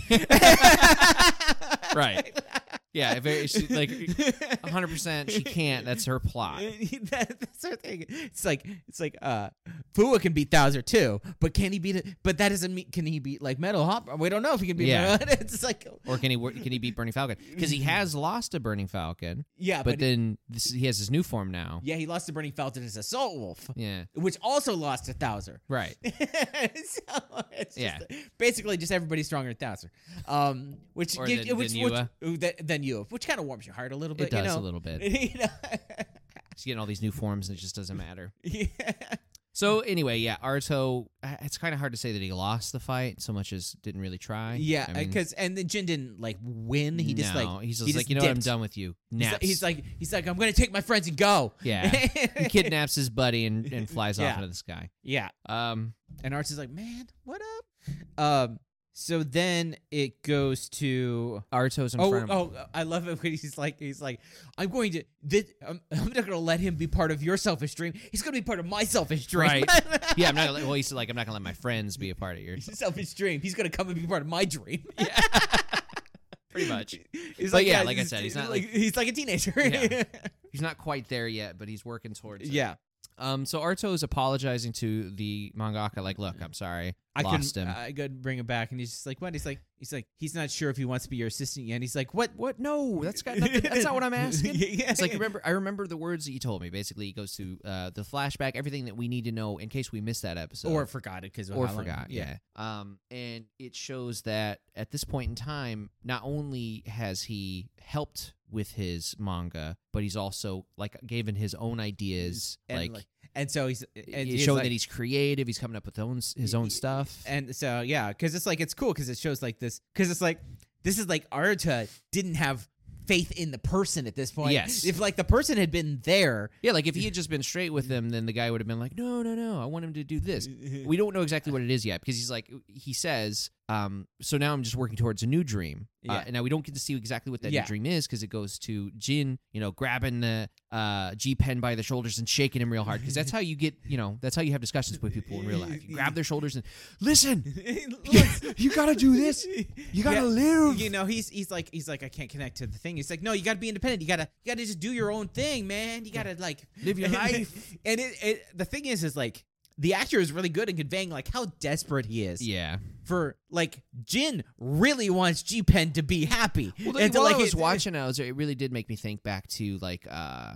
Right. yeah. Very, she, like 100. percent She can't. That's her plot. That- that's our thing. It's like it's like uh, Fua can beat Thouser too, but can he beat it? But that doesn't mean can he beat like Metal Hopper? We don't know if he can beat. Yeah. Metal It's like Or can he wor- can he beat Burning Falcon? Because he has lost to Burning Falcon, yeah, but, but, he- then this, he has his new form now. yeah, he lost to Burning Falcon as Assault Wolf, yeah. which also lost to Thouser. Right. so it's Yeah. just, basically just everybody stronger than Thouser, um, which Or gives- than- which, than which Yua. ooh, than, than you, which kind of warms your heart a little bit. it does you know? a little bit. You know? She's getting all these new forms, and it just doesn't matter. yeah. So anyway, yeah, Arto. I- It's kind of hard to say that he lost the fight so much as didn't really try. yeah, I mean, because and then Jin didn't like win. He just no, like he's just he like just you know what, I'm dipped. done with you. he's Naps. like, he's like he's like I'm gonna take my friends and go. yeah. he kidnaps his buddy and, and flies Yeah. off into the sky. yeah. Um, And Arts is like, man, what up? Um. So then it goes to Arto's in Oh, front of him. oh, I love it when he's like, he's like, I'm going to, thi- I'm, I'm not going to let him be part of your selfish dream. He's going to be part of my selfish dream. yeah, I'm not. Gonna, let- well, he's like, I'm not gonna let my friends be a part of your. selfish dream. He's going to come and be part of my dream. Pretty much. He's But yeah, like I said, he's not like- he's like a teenager. Yeah. He's not quite there yet, but he's working towards. It. Yeah. Um. So Arto is apologizing to the mangaka, like, look, I'm sorry, I uh, lost couldn't, him. I couldn't bring him back, and he's just like, "What?" He's like, "He's like, he's not sure if he wants to be your assistant yet." And he's like, "What? What? No, that's got nothing. That's not what I'm asking. Yeah. It's like remember. I remember the words that you told me. Basically, it goes to uh, the flashback, everything that we need to know in case we missed that episode or forgot it because or forgot. yeah. Um, and it shows that at this point in time, not only has he helped with his manga, but he's also like given his own ideas, and like. like- and so he's it- and it's he's showing like- that he's creative. He's coming up with own, his own stuff. And so yeah, because it's like it's cool because it shows like this because it's like this is like Arata didn't have faith in the person at this point. Yes. if like the person had been there, yeah, like if he had just been straight with him, then the guy would have been like, "No, no, no, I want him to do this." we don't know exactly what it is yet because he's like he says um so now i'm just working towards a new dream uh, Yeah. and now we don't get to see exactly what that Yeah. new dream is because it goes to jin you know grabbing the uh g pen by the shoulders and shaking him real hard because that's how you get you know that's how you have discussions with people in real life you grab their shoulders and listen you gotta do this you gotta Yeah. live You know, he's he's like he's like I can't connect to the thing. He's like, no, you gotta be independent. You gotta you gotta just do your own thing, man. You gotta like Live your life. and it, it the thing is, is like the actor is really good in conveying like how desperate he is. yeah for like Jin really wants G Pen to be happy. well And to, while like, i it- was watching it, I was, it really did make me think back to like uh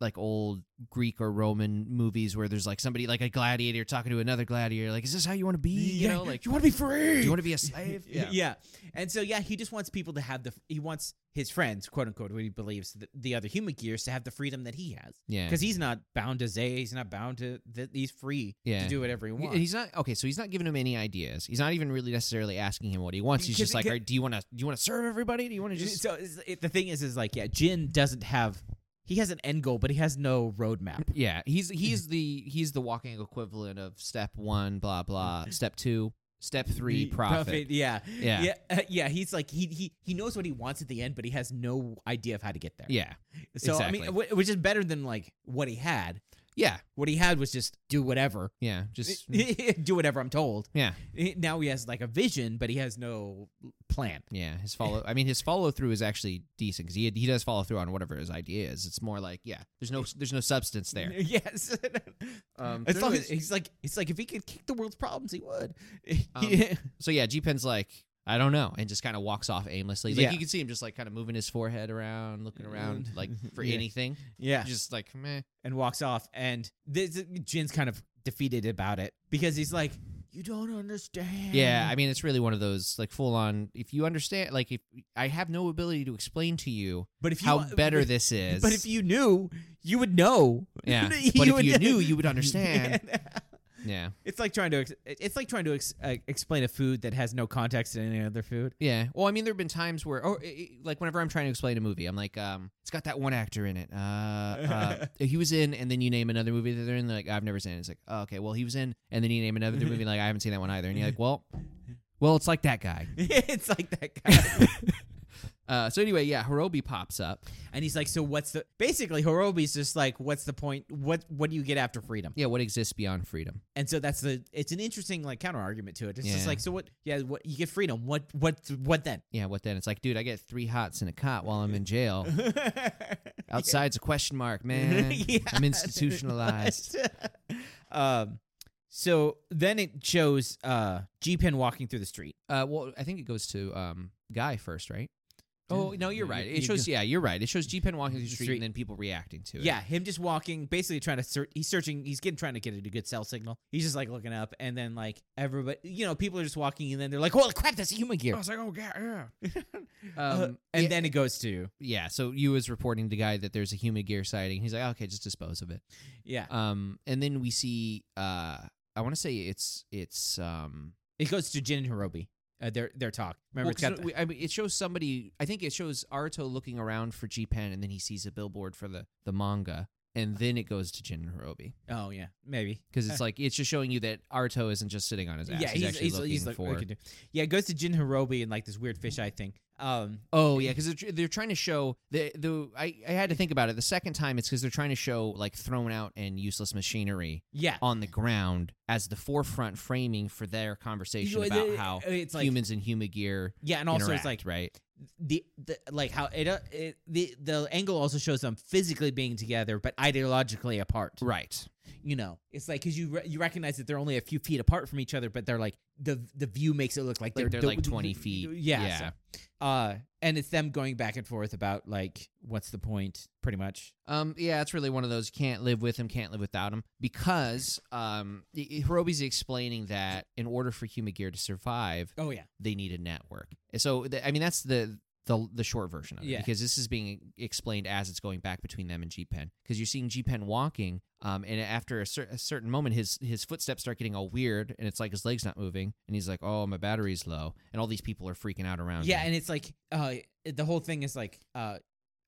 like old Greek or Roman movies where there's like somebody like a gladiator talking to another gladiator, like, is this how you want to be? E, You know, like you want to be free. Do you want to be a slave? yeah. And so yeah, he just wants people to have the he wants his friends, quote unquote, what he believes the, the other human gears to have the freedom that he has. Yeah. Cuz he's not bound to Zay, he's not bound to th- he's free Yeah. to do whatever he He- wants. He's not okay, so he's not giving him any ideas. He's not even really necessarily asking him what he wants. He's Because- just like, because- "All right, "Do you want to? Do you want to serve everybody? Do you want to just?" so it's- it, the thing is is like yeah, Jin doesn't have he has an end goal, but he has no roadmap. Yeah, he's he's the he's the walking equivalent of step one, blah blah. Step two, step three, He- profit. Yeah. Yeah. Yeah. uh, yeah. He's like he he he knows what he wants at the end, but he has no idea of how to get there. Yeah, So I mean, exactly. wh- which is better than like what he had. yeah, What he had was just do whatever, yeah. Just do whatever I'm told. yeah, He- Now he has like a vision, but he has no plan. yeah. His follow. I mean, his follow through is actually decent 'cause he he does follow through on whatever his idea is. It's more like yeah, there's no there's no substance there. Yes. Um, as so long as anyways- he's like, it's like if he could kick the world's problems, he would. Um, So yeah, G Pen's like, I don't know, and just kind of walks off aimlessly. Like Yeah. Mm. you can see him just like kind of moving his forehead around, looking around, like for Yeah. anything. yeah. Just like meh. and walks off. And this, Jin's kind of defeated about it because he's like, "You don't understand." Yeah, I mean it's really one of those like full on. If you understand, like if I have no ability to explain to you but if you how better but, this is, but if you knew, you would know. yeah, but if would- you knew, you would understand. yeah, It's like trying to ex- it's like trying to ex- uh, explain a food that has no context in any other food. yeah. Well, I mean there have been times where, or i- i- like whenever I'm trying to explain a movie, I'm like, um, it's got that one actor in it. Uh, uh he was in, and then you name another movie that they're in. Like I've never seen it. It's like, oh, okay, well he was in, and then you name another movie. Like I haven't seen that one either. And you're like, well, well, it's like that guy. it's like that guy. Uh, so anyway, yeah, Hirobi pops up. and he's like, "So what's the basically Horobi's just like, what's the point? What what do you get after freedom?" Yeah, what exists beyond freedom? And so that's the it's an interesting like counter argument to it. It's Yeah. just like, "So what? Yeah, what you get freedom. What what what then?" Yeah, what then? It's like, dude, I get three hots in a cot while I'm in jail. Outside's a question mark, man. Yeah. I'm institutionalized. um, so then it shows uh, G Pen walking through the street. Uh, well, I think it goes to um, Guy first, right? Oh no, you're You- right. you- It you shows, go- yeah, you're right. It shows G Pen walking through the The street, street. and then people reacting to it. Yeah, him just walking, basically trying to search. He's searching. He's getting trying to get a good cell signal. He's just like looking up, and then like everybody, you know, people are just walking, and then they're like, "Holy crap, that's a human gear!" was like, oh god, yeah. Um, Uh, and and then then it goes to yeah, so you was reporting to Guy that there's a human gear sighting. He's like, okay, just dispose of it. yeah, Um, and then we see, uh, I want to say it's it's um, it goes to Jin and Hirobi. Uh, their their talk. Remember, Well, it's got 'cause we- I mean, it shows somebody. I think it shows Aruto looking around for G Pen, and then he sees a billboard for the the manga, and then it goes to Jin and Hirobi the- oh yeah, maybe because it's like it's just showing you that Aruto isn't just sitting on his ass. yeah, he's, actually looking like, for. looking to- yeah, it goes to Jin Hirobi and like this weird fisheye thing. Um, Oh yeah, because they're, tr- they're trying to show the the. I, I had to think about it. The second time, it's because they're trying to show like thrown out and useless machinery yeah, on the ground as the forefront framing for their conversation You know, about it- uh, how it's like humans and human gear yeah, and also interact, it's like right. the, the like how it, uh, it the the angle also shows them physically being together but ideologically apart. Right. You know, it's like because you re- you recognize that they're only a few feet apart from each other, but they're like the the view makes it look like they're Like they're like 20 feet. Yeah, Yeah. so, uh, and it's them going back and forth about like what's the point, pretty much. Um, yeah, it's really one of those can't live with him, can't live without him, because um, I- I- Hirobi's explaining that in order for human gear to survive, Oh yeah, they need a network. So th- I mean, that's the the, the short version of it, Yeah. because this is being explained as it's going back between them and G Pen, because you're seeing G Pen walking, um, and after a, cer- a certain moment, his his footsteps start getting all weird, and it's like his legs not moving, and he's like, "Oh, my battery's low," and all these people are freaking out around. Yeah, him. and it's like uh the whole thing is like uh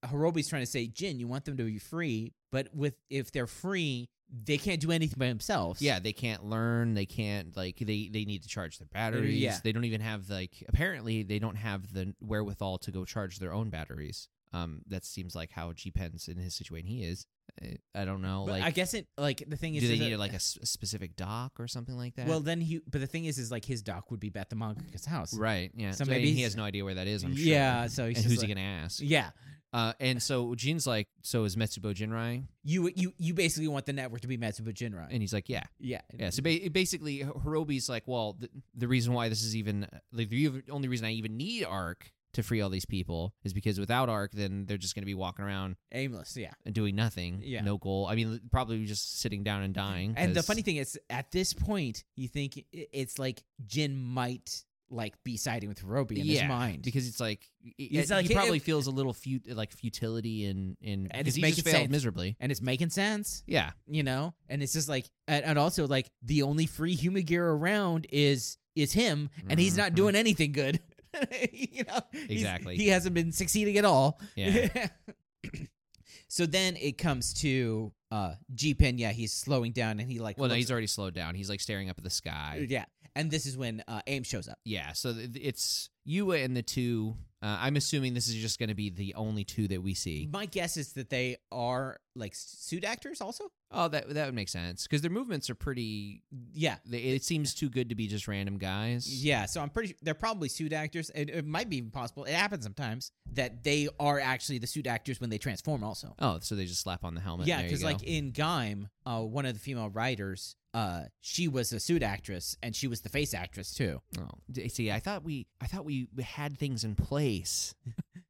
Hirobi's trying to say, Jin, you want them to be free, but with if they're free, they can't do anything by themselves. Yeah, they can't learn. They can't like they they need to charge their batteries. yeah. They don't even have like apparently they don't have the wherewithal to go charge their own batteries. Um, that seems like how G Pen's in his situation. He is. I- I don't know. But like, I guess it like the thing is, do they is need that- like a, s- a specific dock or something like that? well then he but the thing is is like his doc would be at the mangaka's house. right. Yeah. so So maybe maybe he he's- has no idea where that is. I'm sure. Yeah, so he's And just who's like, he gonna ask? Yeah. Uh, and so Jin's like, so is Metsubo Jinrai? You you you basically want the network to be Matsuba Jinra. And he's like, yeah. yeah. Yeah, so ba- basically, H- Hirobi's like, well, the, the reason why this is even like the ev- only reason I even need Arc to free all these people is because without Arc, then they're just going to be walking around aimless, yeah. and doing nothing, Yeah. no goal. I mean, probably just sitting down and dying. And the 'cause- funny thing is at this point, you think i- it's like Jin might like be siding with Hirobi in Yeah, his mind. because it's like i- It's i- like, he probably if- feels a little fut- like futility in in And because it's he just making failed sense. miserably. and it's making sense. Yeah, you know and it's just like and, and also like the only free human gear around is is him and he's not Mhm. doing anything good you know He's- Exactly. he hasn't been succeeding at all yeah. yeah. So then it comes to uh G Pen. Yeah, he's slowing down and he like. Well, no, looks- he's already slowed down. He's like staring up at the sky. yeah. And this is when uh, Aim shows up. Yeah, so th- th- it's Yua and the two. Uh, I'm assuming this is just going to be the only two that we see. My guess is that they are like s- suit actors also. Oh, that that would make sense because their movements are pretty. Yeah. They, it seems too good to be just random guys. Yeah, so I'm pretty they're probably suit actors. It, it might be even possible. It happens sometimes that they are actually the suit actors when they transform also. Oh, so they just slap on the helmet. Yeah, because because like in Gaim, uh, one of the female writers, uh, she was a suit actress and she was the face actress too. oh, D- see, I thought we, I thought we had things in place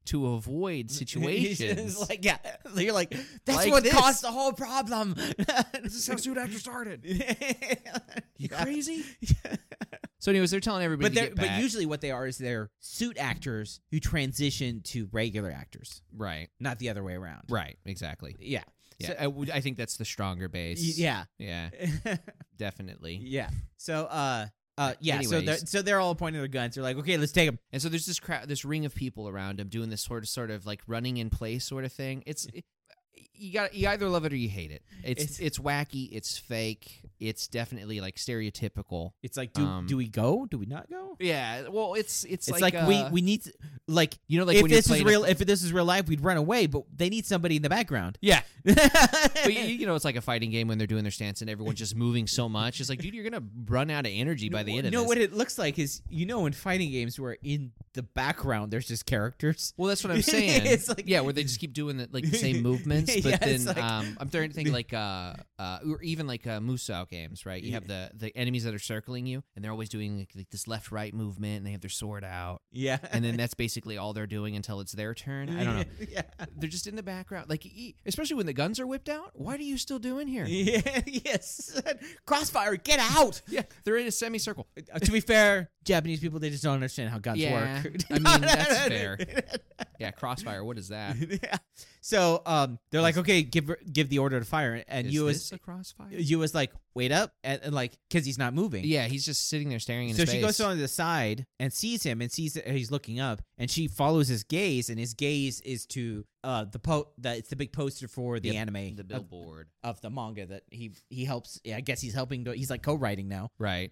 to avoid It's situations. like yeah, you're like that's Like what this. caused the whole problem. this suit actor started. you crazy? So, anyways, they're telling everybody But to they're, get but back. usually what they are is they're suit actors who transition to regular actors, right, not the other way around. right, exactly. Yeah. Yeah, So- I, would- I think that's the stronger Y- base. Yeah. yeah, definitely. yeah. So uh uh yeah, so they're, Anyways. so they're all pointing their guns. They're like, "Okay, let's take him." And so there's this crowd, this ring of people around him doing this sort of, sort of like running in place sort of thing. It's it- you got you either love it or you hate it. It's it's, It's- wacky. It's fake. It's definitely like stereotypical. It's like, "Do Um, do we go? Do we not go?" Yeah. Well, it's it's, It's, like, we uh, we need to- like you know like if when you're this is playing a- real if this is real life, we'd run away, but they need somebody in the background. yeah, but you, you know it's like a fighting game when they're doing their stance and everyone's just moving so much. It's like, dude, you're gonna run out of energy by the end of no, this. what it looks like is you know in fighting games where in the background there's just characters. Well, that's what I'm saying. It's like- yeah, where they just keep doing the, like the same movements, but Yeah, then it's like- um, I'm starting to think like uh, uh, or even like uh, Musou games, right? You have the the enemies that are circling you, and they're always doing like, like this left right movement, and they have their sword out, Yeah. and then that's basically all they're doing until it's their turn. I don't know. yeah. They're just in the background, like e- especially when the guns are whipped out. What are you still doing here? Yeah, yes. Crossfire, get out. Yeah, they're in a semicircle. Uh, to be fair, Japanese people they just don't understand how guns Yeah, work. I mean, that's fair. Yeah, crossfire. What is that? yeah. So um, they're like, okay, give her- give the order to fire, and Is you this was a crossfire? you was like, wait up, and, and like, cause he's not moving. Yeah, he's just sitting there staring. So into she goes space. on the side and sees him and sees that he's looking up and she follows his gaze and his gaze is to uh the po that it's the big poster for the Yep, anime the of- billboard. of, the manga that he he helps yeah, I guess he's helping to, he's like co-writing now. Right.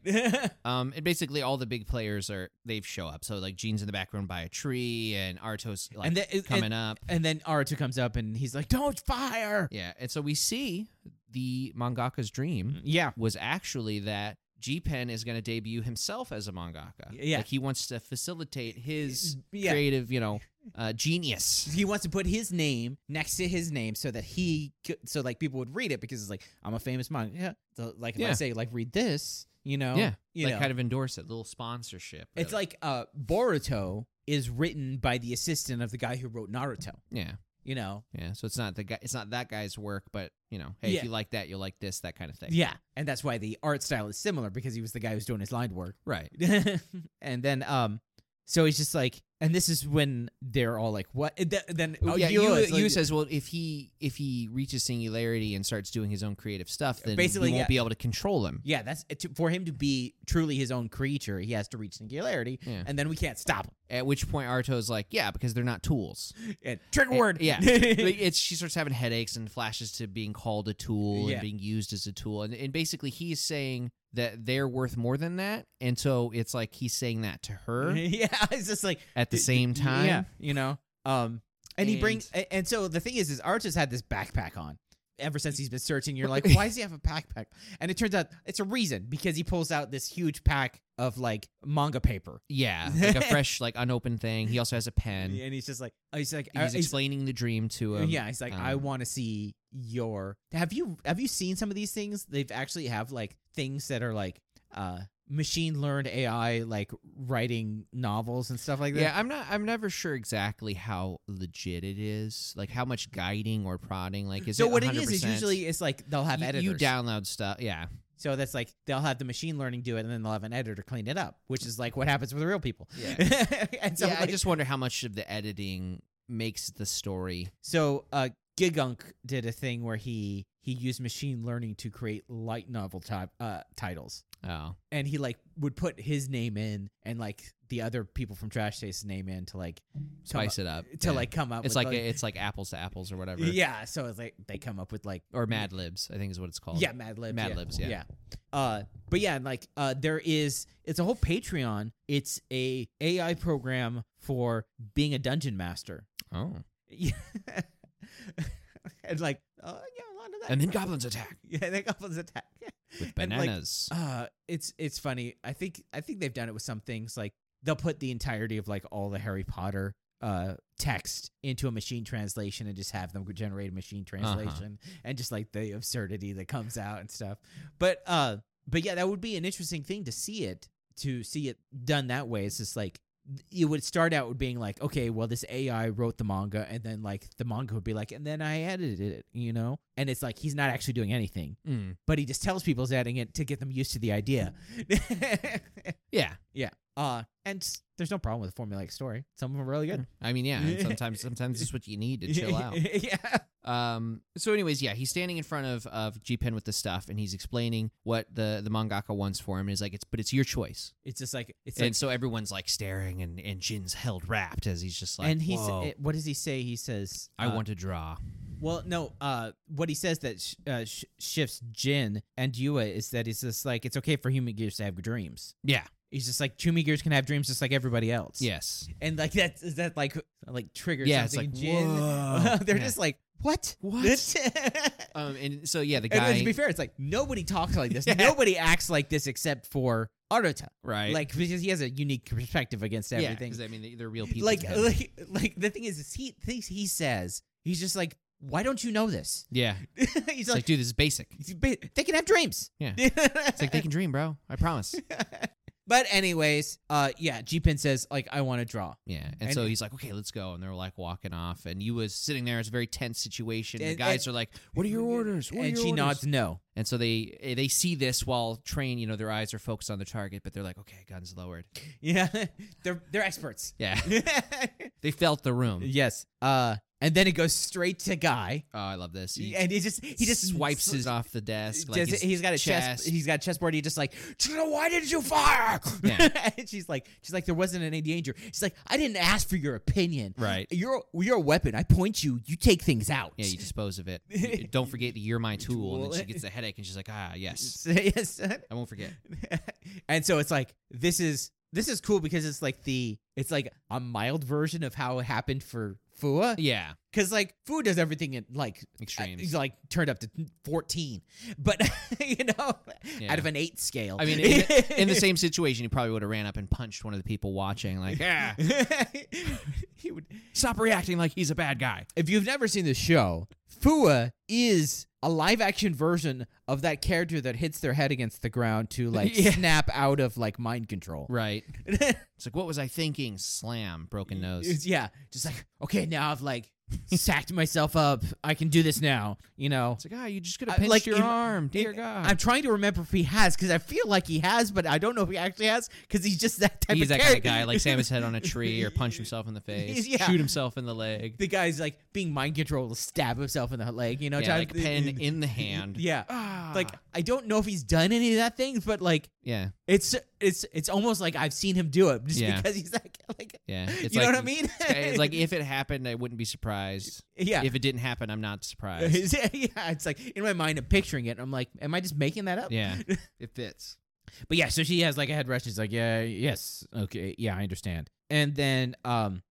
Um, and basically all the big players are they've show up. So like Gene's in the background by a tree and Arto's like and then and- coming up. and then Aruto comes up and he's like, "Don't fire." Yeah. And so we see the mangaka's dream Yeah. was actually that G Pen is gonna debut himself as a mangaka. Yeah. Like he wants to facilitate his Yeah. creative, you know, uh, genius. He wants to put his name next to his name so that he could, so like people would read it because it's like I'm a famous manga. Yeah. So like if Yeah. I say like read this, you know. Yeah. You like know. kind of endorse it, little sponsorship. It's really. like uh Boruto is written by the assistant of the guy who wrote Naruto. Yeah. You know, Yeah. So it's not the guy it's not that guy's work, but you know, hey, if Yeah. you like that, you'll like this, that kind of thing. yeah, and that's why the art style is similar because he was the guy who's doing his line work. Right. and then um, so he's just like, and this is when they're all like, what? And th- then Oh, yeah, Yua you, is like- says, well, if he if he reaches singularity and starts doing his own creative stuff, then Basically, we won't yeah. be able to control him. yeah, that's to, for him to be truly his own creature. He has to reach singularity, Yeah. and then we can't stop him. At which point, Arto's like, yeah, because they're not tools. And trigger And- word, Eh, yeah. Like, it's she starts having headaches and flashes to being called a tool and Yeah. being used as a tool, and and basically he's saying that they're worth more than that, and so it's like he's saying that to her yeah, it's just like at the same time. Yeah, you know. Um, and, he And- brings, a- and so the thing is, is Arch has had this backpack on ever since he's been searching. You're like, why does he have a backpack? And it turns out it's a reason because he pulls out this huge pack of like manga paper, Yeah, like a fresh, like unopened thing. He also has a pen. and, he's just like, he's like, uh, He's explaining the dream to him. yeah, he's like, I um, want to see your. Have you have you seen some of these things? They've actually have like things that are like uh machine learned AI like writing novels and stuff like that. Yeah, I'm not. I'm never sure exactly how legit it is. Like how much guiding or prodding. Like is so it what it is is 100%? usually it's like they'll have You- editors. You, download stuff. Yeah, So that's like they'll have the machine learning do it, and then they'll have an editor clean it up, which is like what happens with the real people. and so, yeah. I like- just wonder how much of the editing makes the story. so uh, Gigunk did a thing where he he used machine learning to create light novel type uh, titles, Oh, and he like would put his name in and like the other people from Trash Taste's name in to like come spice it up up, to yeah. like come up. It's with, like it's like apples to apples or whatever. yeah. So it's like they come up with like Or Mad Libs, I think is what it's called. yeah, Mad Libs. Mad yeah. Libs, yeah. Uh, but yeah, and like uh, there is it's a whole Patreon. It's a AI program for being a dungeon master. Oh. Yeah. and like, oh yeah, a lot of that. And then goblins attack yeah, and then goblins attack. Yeah. with And, like, bananas. Uh, it's it's funny. I think I think they've done it with some things. Like they'll put the entirety of like all the Harry Potter uh text into a machine translation and just have them generate a machine translation and just like the absurdity that comes out and stuff. But uh, but yeah, that would be an interesting thing to see it to see it done that way. It's just like it would start out with being like, okay, well, this AI wrote the manga, and then like the manga would be like, and then I edited it, you know, and it's like he's not actually doing anything Mm. but he just tells people he's adding it to get them used to the idea. Mm. Yeah. uh, and s- there's no problem with a formulaic story. Some of them are really good. I mean, yeah. and Sometimes, sometimes it's what Mm. you need to chill out. yeah. Um. So, anyways, yeah, he's standing in front of of G Pen with the stuff, and he's explaining what the the mangaka wants for him. And he's like, "It's but it's your choice." It's just like it's and like, so everyone's like staring, and and Jin's held wrapped as he's just like, and he's "Whoa, it, what does he say? He says I uh, want to draw." Well, no. Uh, what he says that sh- uh, sh- shifts Jin and Yua is that he's just like it's okay for human gears to have dreams. Yeah. He's just like Chumi gears can have dreams just like everybody else. Yes. and like that's is that like like triggers Yeah. It's something in like Jin. whoa. They're Yeah. just like what what? um. And so yeah, the And guy. then to be fair, it's like nobody talks like this. Yeah. Nobody acts like this except for Aruta. right. Like because he has a unique perspective against yeah, everything. 'cause, I mean, they- they're real people. like, yeah. like like the thing is, is he things he says, he's just like, why don't you know this? yeah. he's It's like, like, dude, this is basic. "He's ba- they can have dreams. Yeah. it's It's like they can dream, bro. I promise. but anyways, uh, yeah, Jeepin says like, I want to draw. Yeah, and, And- so he's like, "Okay, let's go," and they're like walking off, and you was sitting there. It's a very tense situation. the And- guys are like, "What are your orders?" What are and your she orders?" nods no. And so they eh, they see this while train. You know, their eyes are focused on the target, but they're like, "Okay, guns lowered." Yeah, they're they're experts. Yeah, they felt the room. yes. Uh, and then it goes straight to Guy. Oh, I love this. He, and he just he just swipes sl- his off the desk. Like does his it- he's got a chest. chest. He's got a chessboard. He just like, "Jenna, why did you fire? Yeah. and she's like, she's like, there wasn't any danger. She's like, I didn't ask for your opinion. right. You're you're a weapon. I point you. You take things out. Yeah, you dispose of it. You- Don't forget that you're my tool. And then Tool. she gets a headache, and she's like, "Ah, yes, yes. I won't forget." and so it's like this is this is cool because it's like the it's like a mild version of how it happened for Fua Yeah, because like Fua does everything in like extremes. He's like turned up to 14, but you know, Yeah. out of an eight scale. I mean, in the, in the same situation, he probably would have ran up and punched one of the people watching. Like, yeah, he would. Stop reacting like he's a bad guy. If you've never seen the show, Fua is a live action version of that character that hits their head against the ground to like Yeah. snap out of like mind control. Right. It's like, what was I thinking? Slam, broken nose. It's- yeah, just like okay, now I've like sacked myself up. I can do this now. You know. It's like, ah, you just could have I- pinched like, your in- arm, dear in- God. I'm trying to remember if he has because I feel like he has, but I don't know if he actually has because he's just that type he's of that kind character. of guy, like slam his head on a tree or punch himself in the face, He's- yeah. shoot himself in the leg, the guy's like being mind controlled to stab himself in the leg, you know? yeah, trying- like pen in the hand. Yeah. Ah. Like I don't know if he's done any of that things, but like yeah, it's it's it's almost like I've seen him do it just Yeah. because he's like like yeah. It's you like, know what I mean? It's like if it happened, I wouldn't be surprised. yeah. If it didn't happen, I'm not surprised. yeah, it's like in my mind I'm picturing it. And I'm like, am I just making that up? yeah, it fits. But yeah, so she has like a head rush. She's like, yeah, yes, okay, yeah, I understand. And then um,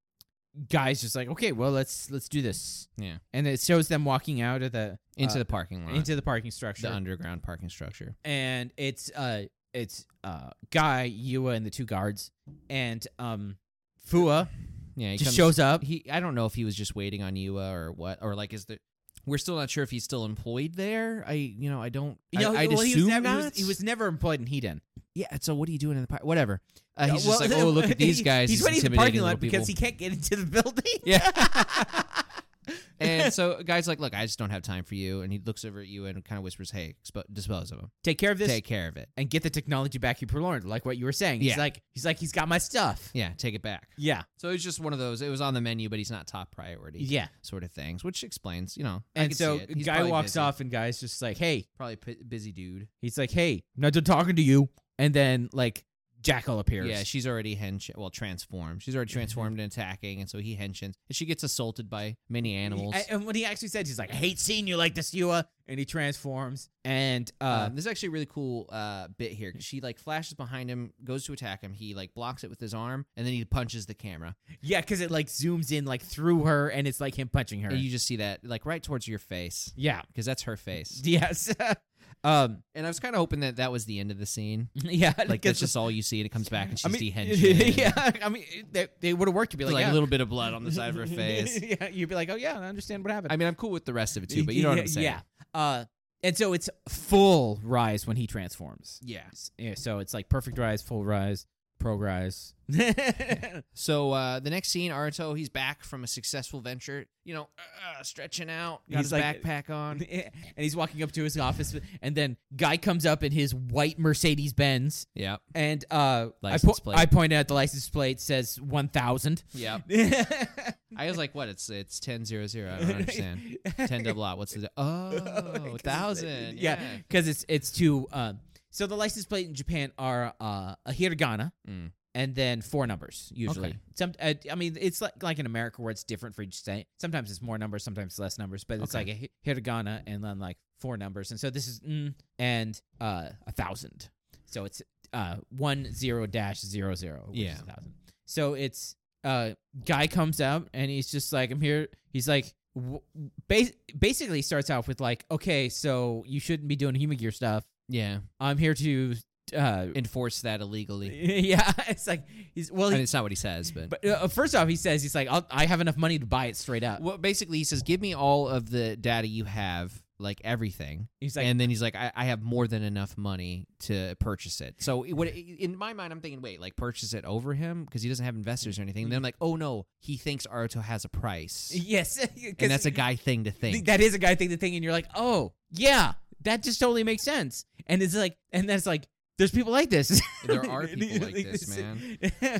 guys just like, okay, well let's let's do this. Yeah, And it shows them walking out of the into Uh, the parking lot, into the parking the structure, underground parking structure. and it's uh it's uh guy Yua and the two guards, and um Fua Yeah, he just comes- shows up. he I don't know if he was just waiting on Yua or what or like is the we're still not sure if he's still employed there. I you know I don't. You I, know, I'd well, he was assume never, not. He was, he was never employed in Hedon. yeah. So what are you doing in the park? Whatever. Uh, he's Uh, just like well, oh look at these he- guys. He's, waiting in the parking intimidating lot little people. because he can't get into the building. Yeah. and so guys like, look, I just don't have time for you. And he looks over at you and kind of whispers, "Hey, expo- dispose of him. Take care of this Take care of it. and get the technology back you purloined, like what you were saying. He's Yeah. like, he's like, he's got my stuff. Yeah, take it back." Yeah, So it's just one of those. It was on the menu, but he's not top priority. yeah. sort of things, which explains, you know. I And can so see it. He's guy probably walks busy. off, and guy's just like, hey, Probably p- busy dude. he's like, hey, I'm not done talking to you. And then like Jackal appears. Yeah, she's already hench. Well, transformed. She's Mm-hmm. already transformed and attacking, and so he henchins. And she gets assaulted by many animals. And- And when he actually said, he's like, I hate seeing you like this, Yua. And he transforms. And uh, um, this is actually a really cool uh, bit here. 'cause She like flashes behind him, goes to attack him. He like blocks it with his arm, and then he punches the camera. yeah, because it like zooms in like through her, and it's like him punching her. And you just see that like right towards your face, yeah. because that's her face. Yes. um. And I was kind of hoping that that was the end of the scene. Yeah. Like because- that's just all you see, and it comes back, and I mean, she's dehensioned. yeah. I mean, they, they would have worked to be like, like, yeah. a little bit of blood on the side of her face. yeah. You'd be like, oh yeah, I understand what happened. I mean, I'm cool with the rest of it too, but you know what I'm saying. Yeah. Uh, and so it's full rise when he transforms. Yeah. S- yeah, So it's like perfect rise, full rise, pro rise. So uh, the next scene, Aruto, he's back from a successful venture. You know, uh, uh, stretching out, got He's his like- backpack on. and he's walking up to his office, and then guy comes up in his white Mercedes Benz, Yep. and uh, I, License po- plate. I pointed at the license plate says one thousand. Yep. I I was like, what? It's it's ten zero zero. I don't understand. ten double out. What's the oh thousand? Yeah. yeah, because it's it's two. Um, so the license plate in Japan are uh, a hiragana Mm. and then four numbers usually. Okay. Some, uh, I mean, it's like like in America where it's different for each state. Sometimes it's more numbers, sometimes less numbers, but it's Okay. like a hi- hiragana and then like four numbers. And so this is mm, and uh, a thousand. So it's uh, one zero dash zero zero. Which Yeah. Is a thousand. So it's uh, guy comes out and he's just like, I'm here. He's like, w- bas- basically starts off with like, okay, so you shouldn't be doing human gear stuff. Yeah. I'm here to, uh, Enforce that illegally. yeah. It's like he's well, I he, mean, it's not what he says, but. but uh, first off, he says he's like, I'll, I have enough money to buy it straight up. well, basically, he says, "Give me all of the data you have, like everything, He's like, and then he's like, I, I have more than enough money to purchase it. So it- what in my mind, I'm thinking, wait, like purchase it over him because he doesn't have investors or anything. Then I'm like, oh no, he thinks Aruto has a price, yes, and that's a guy thing to think. That is a guy thing to think, and you're like, oh yeah, that just totally makes sense. And it's like, and that's like, there's people like this. there are people like this, man.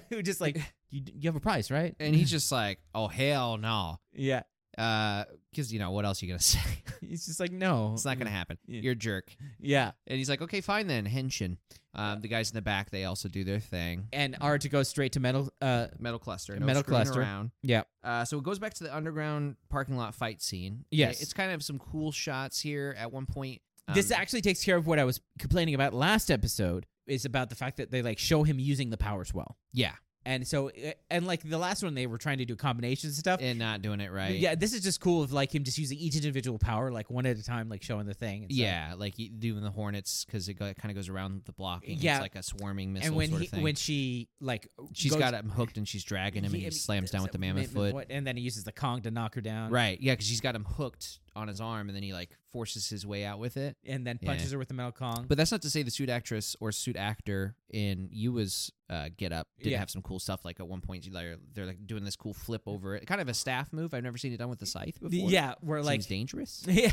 who just like you, you have a price, right? And he's just like, oh hell no, yeah, because Uh, you know what else are you gonna say? he's just like, no, it's not gonna happen. Mm-hmm. Yeah. You're a jerk. yeah. And he's like, okay, fine then, Henshin. Um, the guys in the back, they also do their thing. And are to go straight to metal. Uh, Metal cluster, no Metal screwing cluster. around. yeah, Uh, so it goes back to the underground parking lot fight scene. Yes. it's kind of some cool shots here. At one point, um, this actually takes care of what I was complaining about last episode. Is about the fact that they like show him using the powers well, yeah, and so eh, and like the last one they were trying to do combinations and stuff. and not doing it right. Yeah, this is just cool of like him just using each individual power like one at a time, like showing the thing. and stuff. yeah, uh, like you- doing the hornets because it, go, it kind of goes around the blocking. Yeah. it's like a swarming missile and when sort he of thing. when she like she's goes- got him hooked and she's dragging him, and Yeah, he I mean, slams down with the mammoth ma- ma- foot. what- and then he uses the Kong to knock her down. Right, yeah, because she's got him hooked on his arm, and then he like forces his way out with it. and then Yeah. punches her with the metal Kong. But that's not to say the suit actress or suit actor in Yua's uh, get up did Yeah. have some cool stuff. Like at one point, they're, they're like doing this cool flip over it, kind of a staff move. I've never seen it done with the scythe before. yeah, we're Seems like dangerous. yeah.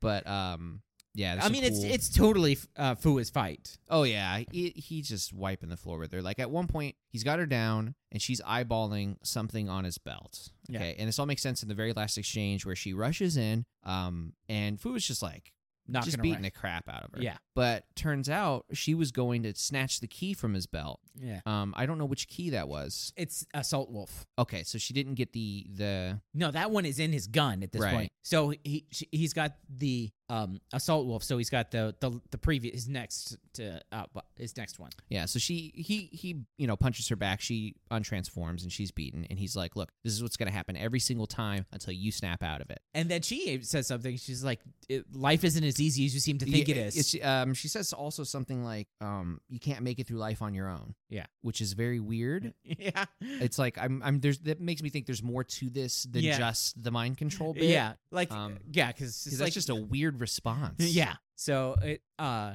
But um, yeah. there's I some mean, it's cool- it's totally uh, Fua's fight. oh yeah, he, he's just wiping the floor with her. Like at one point, he's got her down and she's eyeballing something on his belt. Yeah. Okay, and this all makes sense in the very last exchange where she rushes in, um, and Fu is just like Knocking just her beating around. the crap out of her. Yeah, But turns out she was going to snatch the key from his belt. yeah. Um, I don't know which key that was. It's Assault Wolf. Okay, so she didn't get the the No, that one is in his gun at this Right. point. So he she- he's got the um Assault Wolf. So he's got the the the previous his next to uh, bu- his next one. yeah. So she he he you know punches her back. She untransforms and she's beaten. And he's like, "Look, this is what's gonna happen every single time until you snap out of it." And then she says something. She's like, it, "Life isn't as easy as you seem to think Yeah, it is." it's- um, she says also something like, um, "You can't make it through life on your own." Yeah. which is very weird. yeah, It's like I'm I'm there's that makes me think there's more to this than Yeah. just the mind control bit. yeah, like Um, yeah, because because that's just a weird response. Yeah. So it uh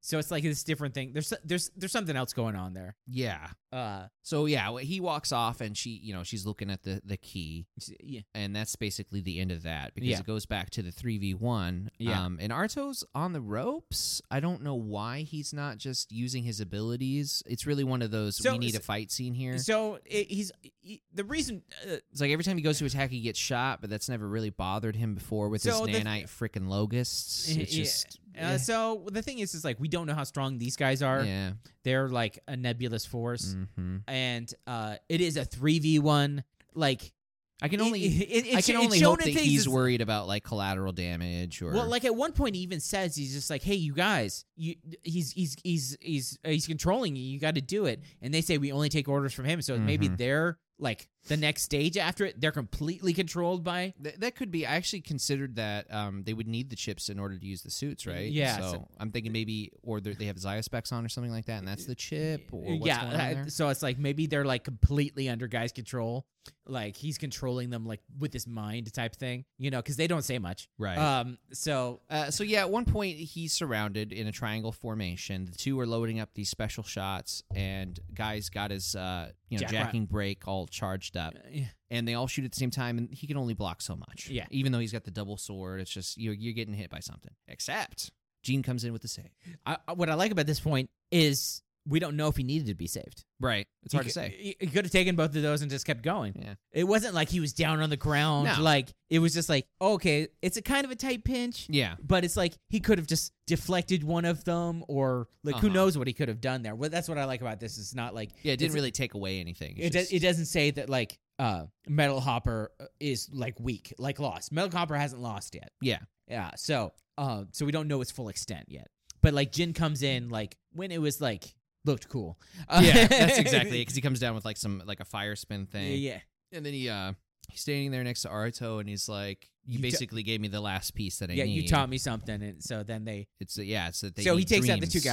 So it's like this different thing. There's there's there's something else going on there. Yeah. Uh, So yeah, wh- he walks off, and she, you know, she's looking at the the key, s- yeah, and that's basically the end of that because Yeah. it goes back to the three v one. Yeah. Um, and Arto's on the ropes. I don't know why he's not just using his abilities. It's really one of those So- we need so- a fight scene here. So it, he's he, the reason. Uh, It's like every time he goes to attack, he gets shot, but that's never really bothered him before with So the- his nanite frickin' locusts. It's Yeah. just uh, eh, So the thing is, is like we don't know how strong these guys are. yeah, They're like a nebulous force, hmm and uh, it is a three v one. Like I can it- only it- it- I it's- can it's only shown hope in that things he's that's- worried about like collateral damage or Well, like at one point, he even says he's just like, "Hey, you guys, you he's he's he's he's uh, he's controlling you. You got to do it." And they say we only take orders from him, so maybe Mhm. they're like the next stage after it. They're completely controlled by Th- that could be. I actually considered that um, they would need the chips in order to use the suits, right? Yeah, So, so- I'm thinking maybe, or they they have Ziospecs on or something like that, and that's the chip. Or what's yeah. going on uh, there? So it's like maybe they're like completely under guy's control. Like he's controlling them like with his mind type thing, you know, because they don't say much. right. Um. So Uh, so yeah, at one point he's surrounded in a triangle formation. The two are loading up these special shots, and guy's got his uh, you know Jack- jacking brake all charged up, yeah. and they all shoot at the same time, and he can only block so much. Yeah. even though he's got the double sword, it's just you're you're getting hit by something. Except Gene comes in with the save. I, I- what I like about this point is we don't know if he needed to be saved. Right, it's hard to say. He, could have taken both of those and just kept going. Yeah. It wasn't like he was down on the ground. No. Like it was just like, okay, it's a kind of a tight pinch, Yeah, but it's like he could have just deflected one of them or like who Uh-huh. knows what he could have done there. Well, that's what I like about this. It's not like yeah, it didn't It's- really take away anything. It's it, does just- it doesn't say that like uh Metal Hopper uh, is like weak, like lost. Metal Hopper hasn't lost yet. yeah, Yeah. So, uh, so we don't know its full extent yet. But like Jin comes in like when it was like looked cool. Uh, yeah, that's exactly because he comes down with like some like a fire spin thing. Yeah. And then he uh he's standing there next to Aruto and he's like, "You, You ta- basically gave me the last piece that I Yeah, need." you taught me something, and so then they. It's uh, yeah, it's that they so he need takes out the two dreams.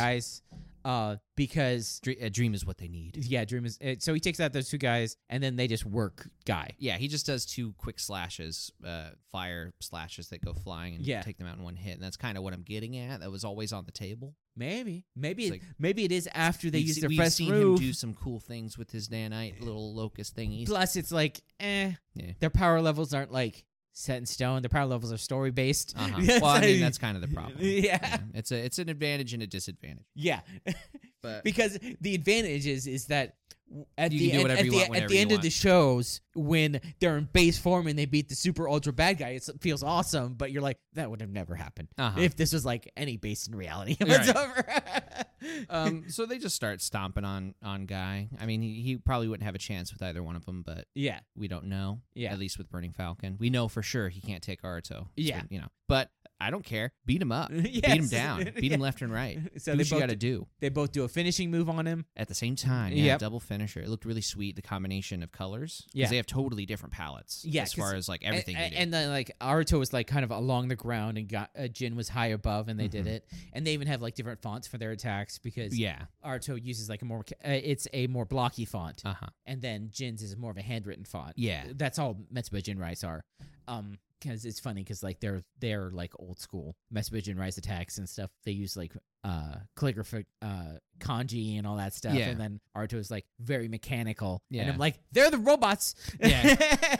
guys, uh, because Dre- a dream is what they need. yeah, Dream is. uh, So he takes out those two guys, and then they just work guy. Yeah, he just does two quick slashes, uh, fire slashes that go flying and Yeah. take them out in one hit, and that's kind of what I'm getting at. That was always on the table. Maybe, maybe, It's it, like- maybe it is after they We've use se- their we've press seen move. him do some cool things with his nanite little locust thingies. Plus, it's like, eh, Yeah. their power levels aren't like set in stone. Their power levels are story based. Uh-huh. Well, I mean that's kind of the problem. yeah, It's a it's an advantage and a disadvantage. yeah. But because the advantage is is that w- at You the can do end, whatever at you the, want at whenever the you end of the want. shows when they're in base form and they beat the super ultra bad guy it's, it feels awesome but you're like that would have never happened Uh-huh. if this was like any base in reality Right. whatsoever. um, so they just start stomping on on guy. I mean, he, he probably wouldn't have a chance with either one of them, but yeah we don't know. Yeah. At least with Burning Falcon, we know for sure he can't take Aruto. It's Yeah. been- you know. But I don't care. Beat him up. Beat him Yes. down. Beat him Yeah. left and right. so do they what you both, got to do they both do a finishing move on him at the same time. Yeah. Yep. Double finisher. It looked really sweet. The combination of colors. 'Cause Yeah. They have totally different palettes. Yeah, As far 'cause- as like everything. and, they do. and then like Aruto was like kind of along the ground and got uh, Jin was high above and they did it and they even have like different fonts for their attacks because Mm-hmm. yeah. Aruto uses like a more ca- uh, it's a more blocky font Uh huh. and then Jin's is more of a handwritten font. Yeah. that's all Metsuba Jinrais are. Um, because it's funny because like they're they're like old school Metsuba Jinrais attacks and stuff. They use like uh calligraphic uh kanji and all that stuff. Yeah. And then Arto is like very mechanical. And Yeah. I'm like, they're the robots. Yeah.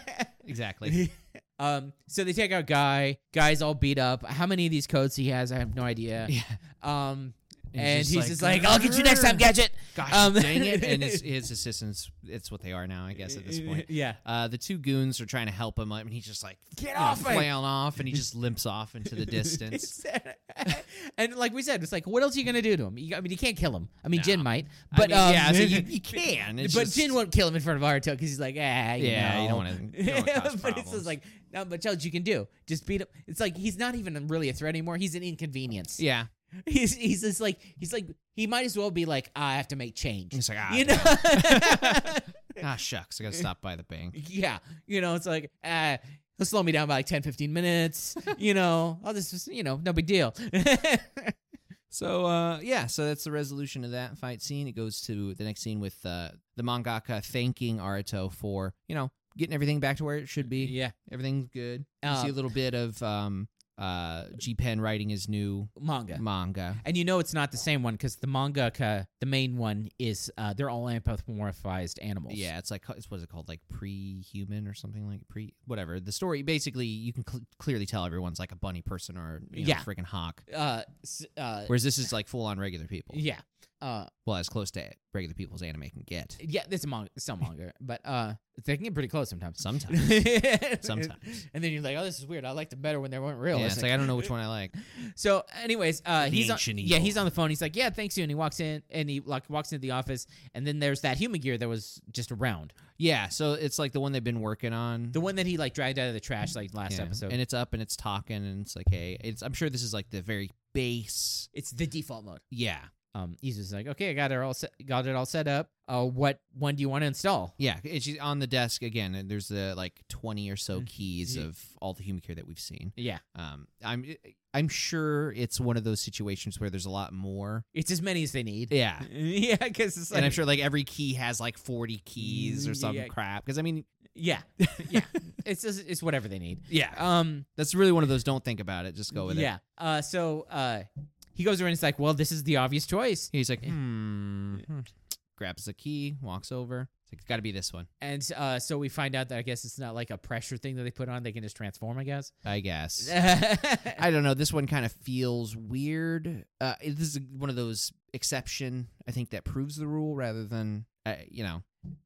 Exactly. um. So they take out guy. Guy's all beat up. How many of these codes he has, I have no idea. yeah. Um. he's And he's, just like, "Grrr." I'll get you next time, Gadget. Gosh Um, dang it! And his, his assistants, it's what they are now, I guess, at this point. Yeah. Uh, the two goons are trying to help him, and he's just like, Get you know, off me! flailing off, and he just limps off into the distance. It's- and like we said, it's like, what else are you gonna do to him? You, I mean, you can't kill him. I mean, No. Jin might, I but mean, um, yeah, so you, you can. but It's just- Jin won't kill him in front of Aruto because he's like, ah, you Yeah, know. you don't want to. but it's just like not much else you can do. Just beat him. It's like he's not even really a threat anymore. He's an inconvenience. yeah, He's he's just like he's like he might as well be like "Ah, I have to make change. he's like, ah, You know. ah, shucks, I gotta stop by the bank. yeah. You know, it's like ah. He'll slow me down by like 10, 15 minutes. You know, I'll just, you know, no big deal. So, uh, yeah, so that's the resolution of that fight scene. It goes to the next scene with uh, the mangaka thanking Aruto for you know getting everything back to where it should be. yeah. Everything's good. You see a Um, little bit of um, uh, G Pen writing his new manga. manga. And you know it's not the same one because the mangaka, the main one, is uh, they're all anthropomorphized animals. Yeah, it's like it's what is it called, like pre-human or something like pre whatever. The story basically you can cl- clearly tell everyone's like a bunny person or you know, Yeah. freaking hawk. Uh, s- uh, Whereas this is like full on regular people. yeah. Uh, Well, as close to regular people as anime can get. yeah, it's a manga, still manga, but uh, they can get pretty close sometimes. Sometimes. Sometimes. Sometimes. And then you're like, oh, this is weird. I liked it better when they weren't real. Yeah, It's it's like- like I don't know which one I like. so, anyways, uh, The he's on, ancient yeah, evil. he's on the phone. He's like, yeah, thanks you. And he walks in and he like walks into the office. And then there's that human gear that was just around, Yeah, so it's like the one they've been working on. the one that he like dragged out of the trash like last Yeah. episode. And it's up and it's talking and it's like, hey, it's I'm sure this is like the very base. it's the default mode. Yeah. Um, he's just like, okay, I got it all set, got it all set up. Uh, what one do you want to install? Yeah, it's just on the desk again. And there's the like twenty or so Mm. keys Ye- of all the human care that we've seen. Yeah, Um, I'm I'm sure it's one of those situations where there's a lot more. it's as many as they need. Yeah, yeah, because it's like, and I'm sure like every key has like forty keys or some Yeah. crap. Because I mean, yeah, yeah, it's just, it's whatever they need. yeah, Um, that's really one of those. Don't think about it. Just go with it. yeah. Uh, so uh, he goes around. and It's like, well, this is the obvious choice, He's like, hmm. hmm." Grabs the key, walks over. It's like, it's got to be this one, and uh, so we find out that I guess it's not like a pressure thing that they put on. They can just transform, I guess. I guess. I, I don't know. This one kind of feels weird. Uh, it- this is one of those exception, I think, that proves the rule rather than, uh, you know,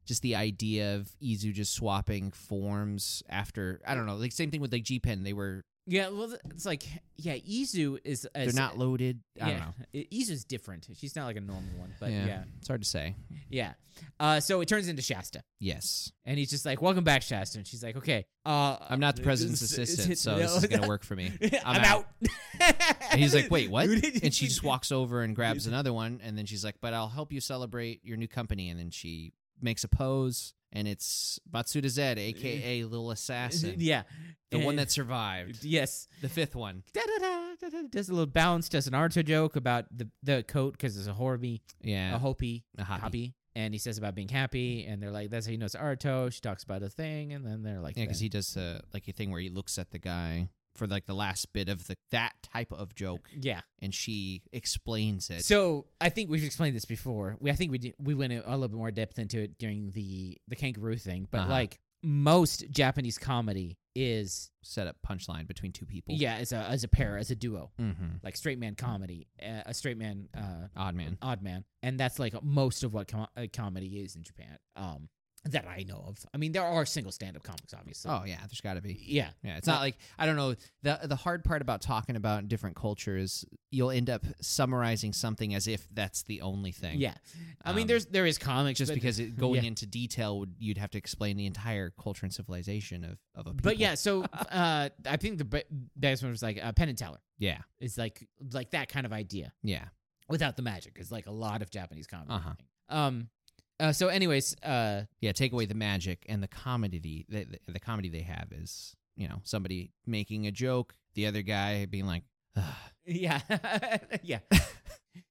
just the idea of Izu just swapping forms after. I don't know. Like same thing with like G Pen. They were yeah, well, th- it's like, yeah, Izu is. they're is- not loaded. I yeah, don't know. I- Izu's different. She's not like a normal one, but Yeah. yeah, yeah. It's hard to say. Uh, so it turns into Shasta, Yes, and he's just like, "Welcome back, Shasta." And she's like, "Okay, uh, I'm not the president's assistant, so this is gonna work for me. I'm, I'm out. out. And he's like, "Wait, what?" Who did And she you- just walks over and grabs another one, and then she's like, "But I'll help you celebrate your new company." And then she makes a pose, and it's Batsuda Zed, aka Lil Assassin, Uh, Yeah, the one And- that survived, yes. the fifth one. da-da-da, da-da, does a little bounce, does an Naruto joke about the the coat because it's a Horby, Yeah, a Hopi, a hobby. Hopi, and he says about being happy, and they're like, that's how you know it's Naruto. She talks about a thing, and then they're like, Yeah, because that. he does the like a thing where he looks at the guy for like the last bit of the that type of joke, yeah. and she explains it. So I think we've explained this before. We I think we did, we went a little bit more depth into it during the the kangaroo thing, but Uh-huh. like most Japanese comedy is set up punchline between two people. yeah as a as a pair as a duo mm-hmm. like straight man comedy uh, a straight man uh odd man. Odd man, and that's like most of what com- uh, comedy is in Japan. Um, that I know of. I mean, there are single stand-up comics, obviously. Oh yeah, there's got to be. yeah, Yeah, it's not like I don't know. the The hard part about talking about different cultures, you'll end up summarizing something as if that's the only thing. yeah. I Um, mean, there's there is comics, just but- because it, going yeah. into detail, would, you'd have to explain the entire culture and civilization of of a. People. But yeah, so uh, I think the be- best one was like uh, Penn and Teller. yeah, It's like like that kind of idea yeah. without the magic. It's like a lot of Japanese comedy. Uh-huh. Um. Uh, so, anyways, uh, yeah take away the magic and the comedy the, the, the comedy they have is you know somebody making a joke the other guy being like "Ugh, yeah, yeah.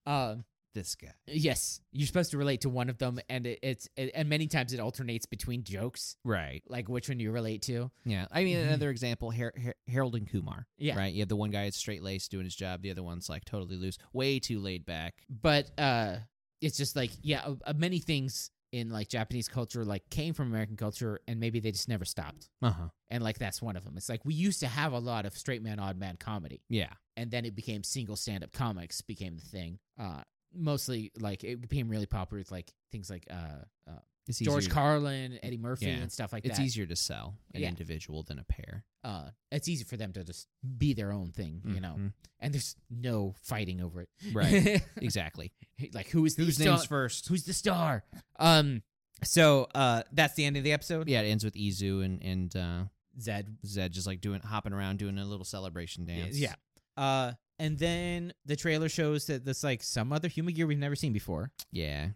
Um. this guy Yes, you're supposed to relate to one of them, and it, it's it, and many times it alternates between jokes. right like which one you relate to. yeah i mean Mhm. another example Har- Har- harold and kumar Yeah. right you have the one guy that's straight laced doing his job the other one's like totally loose way too laid back But uh it's just like yeah, uh, uh, many things in like Japanese culture like came from American culture and maybe they just never stopped. uh-huh And like that's one of them. It's like we used to have a lot of straight man odd man comedy yeah and then it became single stand up comics became the thing. Uh mostly like it became really popular with like things like uh, uh it's George easier- Carlin, Eddie Murphy Yeah. and stuff like it's that. easier to sell an Yeah. individual than a pair Uh it's easy for them to just be their own thing, you know. Mhm. And there's no fighting over it. right exactly like who is the whose star- name's first Who's the star? Um. So uh, that's the end of the episode. yeah it ends with izu and and uh Zed. zed just like doing hopping around doing a little celebration dance Yeah. Uh, and then the trailer shows that this like some other human gear we've never seen before, yeah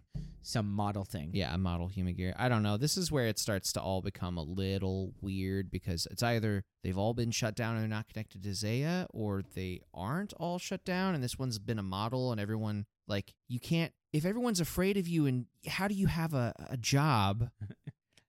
some model thing. Yeah, a model human gear. I don't know. This is where it starts to all become a little weird because it's either they've all been shut down and they're not connected to Zaya, or they aren't all shut down and this one's been a model and everyone like you can't if everyone's afraid of you and how do you have a, a job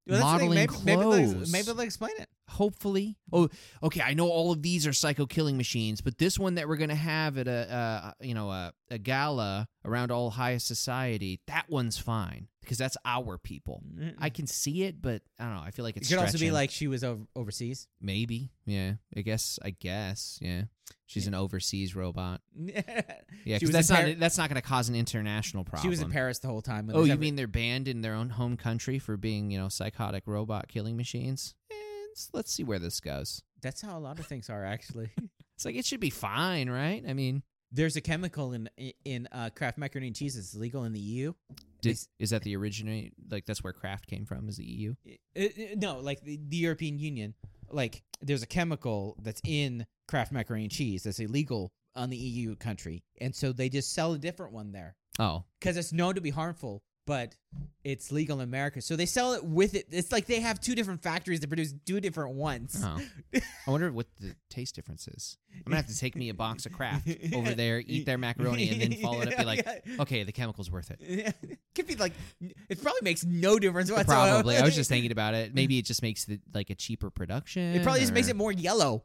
Well, that's the thing, modeling maybe, clothes. Maybe they'll, maybe they'll explain it. hopefully. Oh, okay. I know all of these are psycho killing machines, but this one that we're gonna have at a uh, you know a, a gala around all high society, that one's fine because that's our people. I can see it, but I don't know. I feel like it it's could also be stretching. like she was ov- overseas. maybe, yeah. I guess, I guess, yeah. She's an overseas robot. Yeah, She 'cause was that's in not Par- that's not gonna cause an international problem. she was in Paris the whole time. when Oh, this you ever- mean they're banned in their own home country for being, you know, psychotic robot killing machines? Eh, let's- let's see where this goes. that's how a lot of things are actually. It's like it should be fine, right? I mean, There's a chemical in in uh, Kraft macaroni and cheese that's legal in the E EU. They Did, s- is that the originate? Like that's where Kraft came from? Is the E EU? I- I- no, like the, the European Union, like there's a chemical that's in Kraft macaroni and cheese that's illegal on the EU country, and so they just sell a different one there Oh, because it's known to be harmful, but it's legal in America. So they sell it with it. It's like they have two different factories that produce two different ones. oh. I wonder what the taste difference is. I'm gonna have to take me a box of Kraft over there, eat their macaroni, and then follow it up. Be like, okay, the chemical's worth it. could be like it probably makes no difference whatsoever. Probably. I was just thinking about it. Maybe it just makes the, like a cheaper production. It probably just makes or- it more yellow.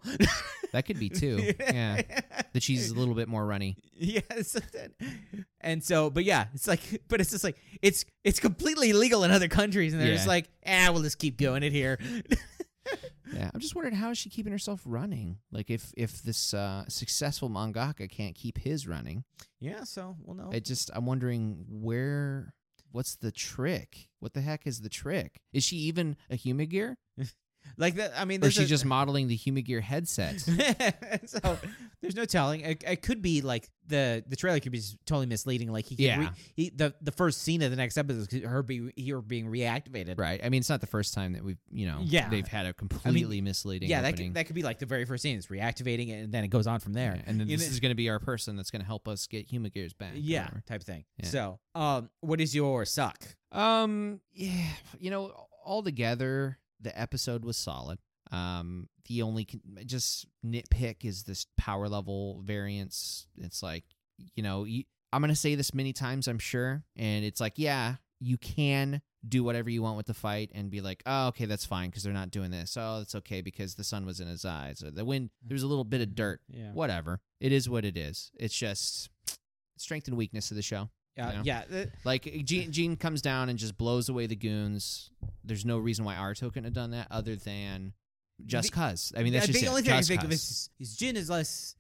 That could be too. Yeah. The cheese is a little bit more runny. Yes. and so, but yeah, it's like, but it's just like it's it's completely illegal in other countries, and they're just Yeah. like, ah, we'll just keep doing it here. Yeah. I'm just wondering how is she keeping herself running? Like if if this uh, successful mangaka can't keep his running. yeah. So we'll know. I just I'm wondering where what's the trick? What the heck is the trick? Is she even a humigear? like that. I mean, Or is there's she a- just modeling the humigear headset? so there's no telling. It, it could be like the the trailer could be just totally misleading. Like he, could Yeah. he the the first scene of the next episode is her be her being reactivated. right. I mean it's not the first time that we've you know Yeah. they've had a completely misleading Yeah, that opening. could, that could be like the very first scene. It's reactivating it, and then it goes on from there. Yeah, And then You this know- is gonna be our person that's gonna help us get humigears back. or yeah, whatever. type thing. Yeah. So, um, what is your suck? Um, yeah, you know, altogether, the episode was solid. Um, the only con- just nitpick is this power level variance. It's like, you know, you, I'm gonna say this many times, I'm sure, and it's like, yeah, you can do whatever you want with the fight and be like, oh, okay, that's fine because they're not doing this. Oh, that's okay because the sun was in his eyes or the wind. Mm-hmm. There's a little bit of dirt. Yeah, Whatever. It is what it is. It's just strength and weakness of the show. uh, Yeah. yeah. th- Like eh, Gene, Gene comes down and just blows away the goons. There's no reason why Arto couldn't have done that other than just The- cuz. I mean, that's I just think the it. only thing I Just think of 'cause. is, is Jin is less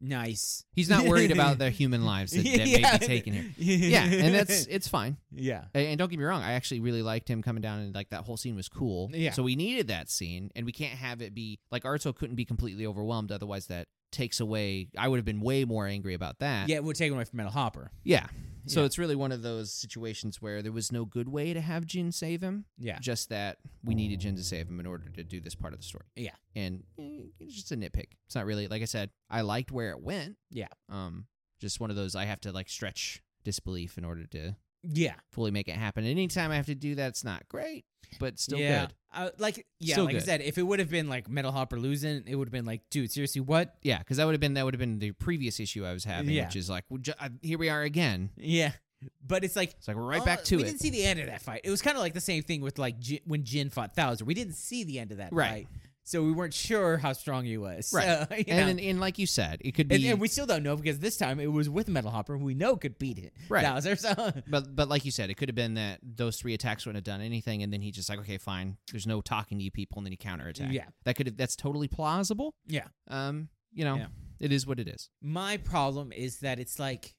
nice. he's not worried about the human lives that, that may be taken here. Yeah, and that's it's fine. yeah. And, and don't get me wrong, I actually really liked him coming down and like that whole scene was cool. Yeah. So we needed that scene, and we can't have it be like Arto couldn't be completely overwhelmed. Otherwise, that takes away. I would have been way more angry about that. Yeah, it would take away from Metal Hopper. Yeah. So Yeah. it's really one of those situations where there was no good way to have Jin save him. Yeah. Just that we needed Jin to save him in order to do this part of the story. Yeah. And eh, it's just a nitpick. It's not really like I said, I liked where it went. Yeah. Um just one of those I have to like stretch disbelief in order to Yeah. fully make it happen. And anytime I have to do that, it's not great, but still yeah. good. Uh, like yeah, Still like I good. said, if it would have been like Metal Hopper losing, it would have been like, dude, seriously, what? Yeah, because that would have been that would have been the previous issue I was having, Yeah. which is like well, ju- I, here we are again. Yeah. But it's like It's like we're right uh, back to we it. didn't see the end of that fight. It was kind of like the same thing with like Jin, when Jin fought Thousand. We didn't see the end of that Right. fight, so we weren't sure how strong he was. Right. So, you know. and, and like you said, it could be And, and we still don't know because this time it was with Metal Hopper, who we know could beat it. Right. Bowser, so But but like you said, it could have been that those three attacks wouldn't have done anything, and then he just like, okay, fine. There's no talking to you people, and then he counterattacked. Yeah. that could have. That's totally plausible. Yeah. Um, you know, Yeah. it is what it is. my problem is that it's like,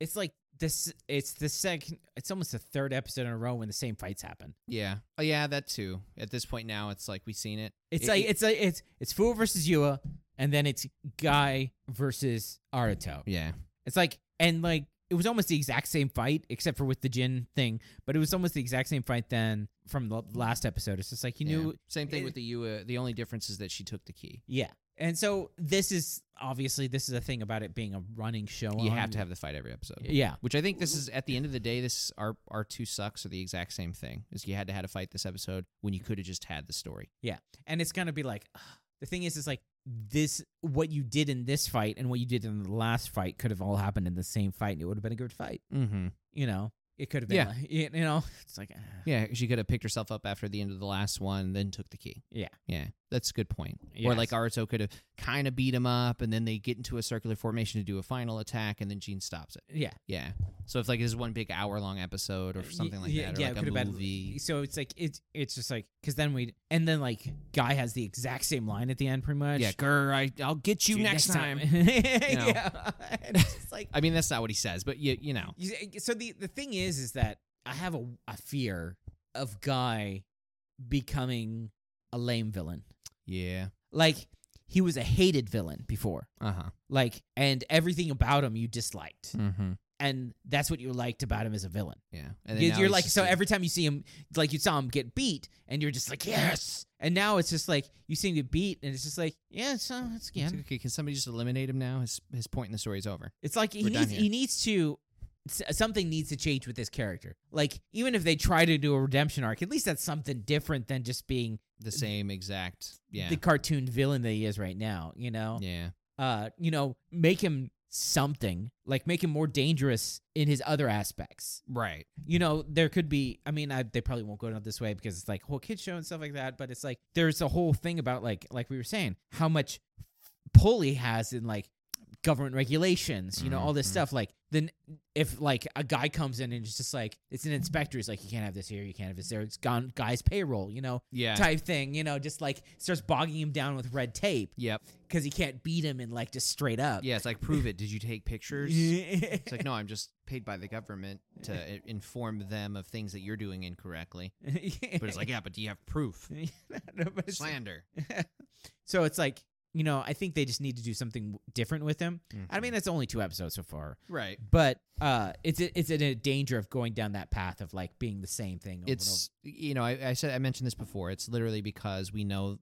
it's like this. It's the second. It's almost the third episode in a row when the same fights happen. Yeah. Oh yeah, that too. At this point now, it's like we've seen it. It's It- like it- it's like it's it's Fu versus Yua, and then it's Guy versus Aruto. yeah. It's like and like it was almost the exact same fight except for with the Jin thing, but it was almost the exact same fight then from the last episode. It's just like you yeah. knew Same thing it- with the Yua. The only difference is that she took the key. Yeah. And so this is obviously this is a thing about it being a running show. you on- have to have the fight every episode. Yeah. Which I think this is at the end of the day, this our our two sucks are the exact same thing. Is you had to had a fight this episode when you could have just had the story. And it's gonna be like ugh. the thing is is like this what you did in this fight and what you did in the last fight could have all happened in the same fight and it would have been a good fight. Mm-hmm. You know? It could have been, Yeah. like- you you know, it's like, ah. Yeah, she could have picked herself up after the end of the last one, then took the key. Yeah. Yeah, that's a good point. Or Yes. like Aruto could have kind of beat him up, and then they get into a circular formation to do a final attack, and then Jean stops it. yeah, Yeah. So if like this is one big hour long episode or Y- something like yeah, that, or yeah, it like could've a been- movie. So it's like it's it's just like because then we and then like guy has the exact same line at the end, pretty much. Yeah, grr, I, I'll get you Dude, next, time. know. yeah, and it's just like I mean, that's not what he says, but you, you know. you see- so the the thing is is that I have a, a fear of guy becoming a lame villain. Yeah. Like he was a hated villain before. Uh huh. Like and everything about him you disliked, Mm-hmm. and that's what you liked about him as a villain. Yeah. And then You- now you're he's like just so a- every time you see him, it's like you saw him get beat, and you're just like yes. And now it's just like you see him get beat, and it's just like yeah, so it's It's again. like, okay, can somebody just eliminate him now? His his point in the story is over. It's like he We're done needs here. he needs to s- something needs to change with this character. Like even if they try to do a redemption arc, at least that's something different than just being The same exact. Yeah. the cartoon villain that he is right now. You know, yeah. uh, you know, make him something like make him more dangerous in his other aspects Right. you know, there could be. I mean, I, they probably won't go down this way because it's like whole kid show and stuff like that. But it's like there's a whole thing about like like we were saying how much pull he has in like government regulations. You know, all this Mhm. stuff. Like then if like a guy comes in and it's just like it's an inspector. He's like you can't have this here. You can't have this there. It's gone. Guy's payroll. You know, Yeah. type thing. You know, just like starts bogging him down with red tape Yep. because he can't beat him and like just straight up. Yeah. It's like prove it. Did you take pictures? It's like no, I'm just paid by the government to i- inform them of things that you're doing incorrectly. But it's like yeah, but do you have proof? No, but it's- Slander. so it's like you know i think they just need to do something w- different with him i mean that's only two episodes so far Right. but uh it's a, it's in a danger of going down that path of like being the same thing over It's you know I, I said I mentioned this before. It's literally because we know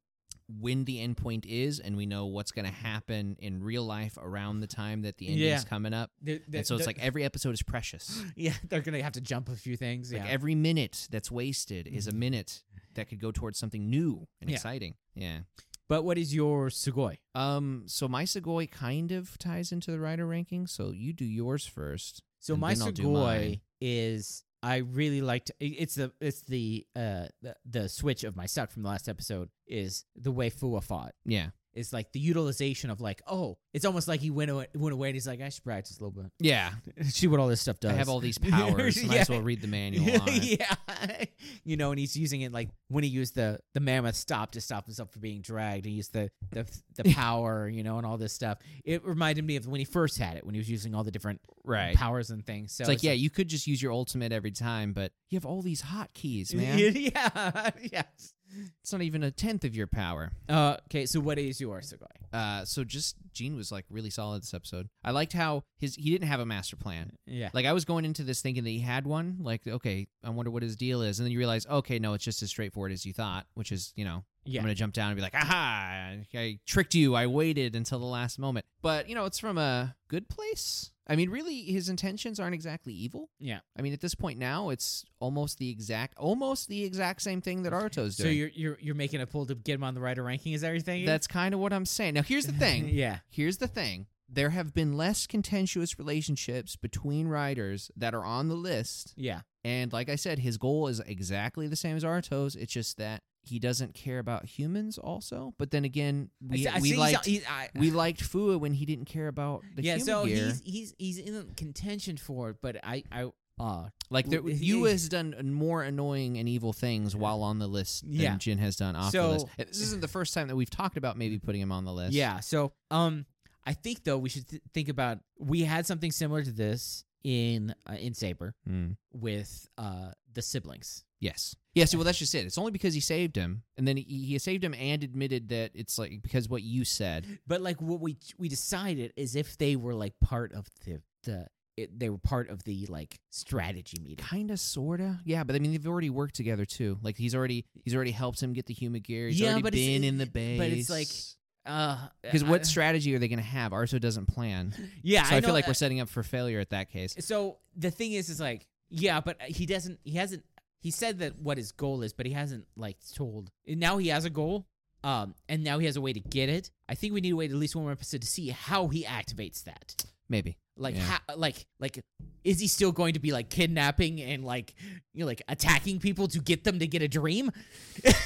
when the end point is and we know what's going to happen in real life around the time that the ending's Mm-hmm. Yeah. coming up. and, over. They're- they're- and so it's they're- like every episode is precious. yeah they're gonna have to jump a few things Like yeah Mm-hmm. every minute that's wasted is a minute that could go towards something new and Yeah. exciting. Yeah. but what is your sugoi Um. So my Segoy kind of ties into the writer ranking. So you do yours first. so And my then I'll do sugoi mine. is i really liked i- it's the it's the uh the, the switch of my suck from the last episode is the way fua fought Yeah. It's like the utilization of like, oh, it's almost like he went away, went away and he's like, I should practice a little Yeah. bit, see what all this stuff does. I have all these powers. Might as Yeah. well read the manual. On it. yeah, you know, and he's using it like when he used the the mammoth stop to stop himself from being dragged. He used the the the power, you know, and all this stuff. It reminded me of when he first had it, when he was using all the different Right. powers and things. So It's like yeah, you could just use your ultimate every time, but you have all these hotkeys, man. yeah, yes. It's not even a tenth of your power. Uh, okay, so what is your Sugoi? Uh. So just Gene was like really solid this episode. I liked how his he didn't have a master plan. Yeah, Like I was going into this thinking that he had one. Like, okay, I wonder what his deal is, and then you realize, okay, no, it's just as straightforward as you thought, which is, you know, yeah, I'm gonna jump down and be like, aha, I tricked you. I waited until the last moment. But you know, it's from a good place. I mean, really, his intentions aren't exactly evil. Yeah. I mean, at this point now, it's almost the exact, almost the exact same thing that Aruto's So doing. you're you're you're making a pull to get him on the writer ranking? Is everything? That's kind of what I'm saying. Now, here's the thing. yeah. Here's the thing. There have been less contentious relationships between writers that are on the list Yeah. And like I said, his goal is exactly the same as Arto's. It's just that he doesn't care about humans also. But then again, we, I see- we he's- liked he's- I- we liked Fua when he didn't care about the yeah, human so gear. he's he's he's in contention for it, but I I uh like there, w- you he- has done more annoying and evil things while on the list than Yeah. Jin has done off the So- list. And This isn't the first time that we've talked about maybe putting him on the list. yeah. So um, I think though we should th- think about we had something similar to this in uh, in Saber Mm. with uh the siblings. Yes. Yes. Well, that's just it. It's only because he saved him, and then he, he saved him and admitted that it's like because what you said. But like what we we decided is if they were like part of the the it, they were part of the like strategy meeting. kind of sorta yeah but i mean they've already worked together too like he's already he's already helped him get the human gear he's Yeah, already but it's- been it- in the base but it's like, Uh, because what I- strategy are they going to have arso doesn't plan yeah, so i, feel know, like uh, we're setting up for failure at that case So the thing is, is like, yeah, but he doesn't. He hasn't. He said that what his goal is, but he hasn't like told. Now he has a goal, um, and now he has a way to get it. I think we need to wait at least one more episode to see how he activates that. maybe Like, Yeah. ha- like, like, is he still going to be like kidnapping and like, you know, like attacking people to get them to get a dream?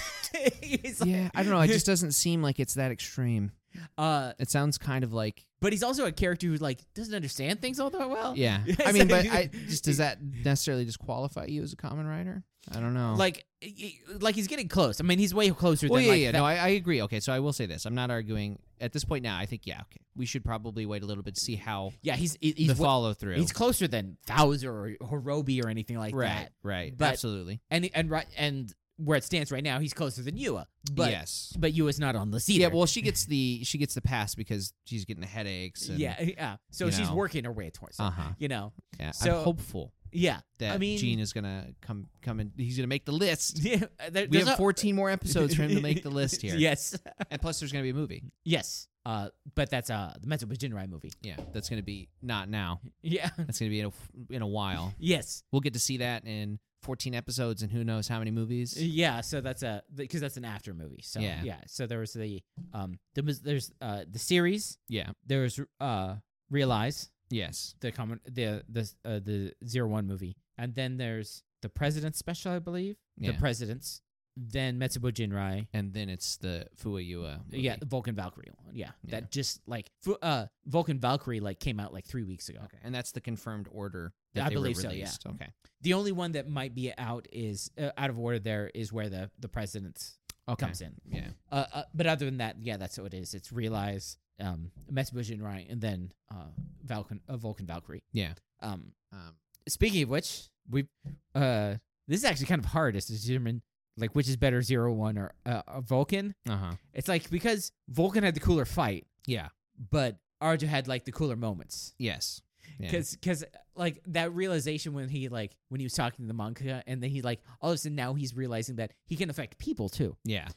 He's like- yeah, I don't know. It just doesn't seem like it's that extreme. uh, It sounds kind of like but he's also a character who like doesn't understand things all that well. yeah. Yes, I mean, I but do. I just does that necessarily disqualify you as a common writer? I don't know. Like, y- y- like he's getting close. I mean, he's way closer well, than yeah, like yeah. that- No, I, I agree. Okay, so I will say this: I'm not arguing at this point now. I think yeah, okay, we should probably wait a little bit to see how yeah. He's he- he's the wa- follow through. he's closer than Thouser or Horobi or anything like right, that. right, But- absolutely. And and right and where it stands right now, he's closer than Yua. But yes, but Yua's not on the either. yeah. Well, she gets the she gets the pass because she's getting the headaches. And, yeah, yeah. So you she's know. working her way towards it. Uh huh. You know, Yeah. So- I'm hopeful yeah. that I mean- Gene is gonna come come and he's gonna make the list. yeah there- We there's have a- 14 more episodes for him to make the list here. Yes, And plus, there's gonna be a movie. yes. Uh, but that's uh the Metro Bajinrai movie. Yeah, that's gonna be not now. Yeah. That's gonna be in a, in a while. Yes. We'll get to see that in 14 episodes and who knows how many movies. Yeah, so that's a because that's an after movie. So yeah. Yeah. so there was the um there was there's uh the series Yeah. there was uh realize Yes. the common the the uh, the zero one movie and then there's the president's special I believe Yeah. the presidents then Metsubo Jinrai And then it's the Fuayua. Movie. yeah the Vulcan Valkyrie one yeah, Yeah. that just like fu- uh Vulcan Valkyrie like came out like three weeks ago Okay. And that's the confirmed order. That I they were believe so, yeah. released. Okay. the only one that might be out is uh, out of order there is where the the presidents Okay. comes in Yeah. Uh, uh, but other than that, yeah, that's what it is. It's realize, um, Metabosion right, and then uh, Vulcan, uh, Vulcan Valkyrie. Yeah. Um, Um, speaking of which, we uh, this is actually kind of hard is to determine like which is better, Zero One or uh, uh, Vulcan. uh huh. It's like because Vulcan had the cooler fight, Yeah. but Arjo had like the cooler moments. Yes. Yeah. Cause, cause, like that realization when he like when he was talking to the manga, and then he like all of a sudden now he's realizing that he can affect people too. Yeah.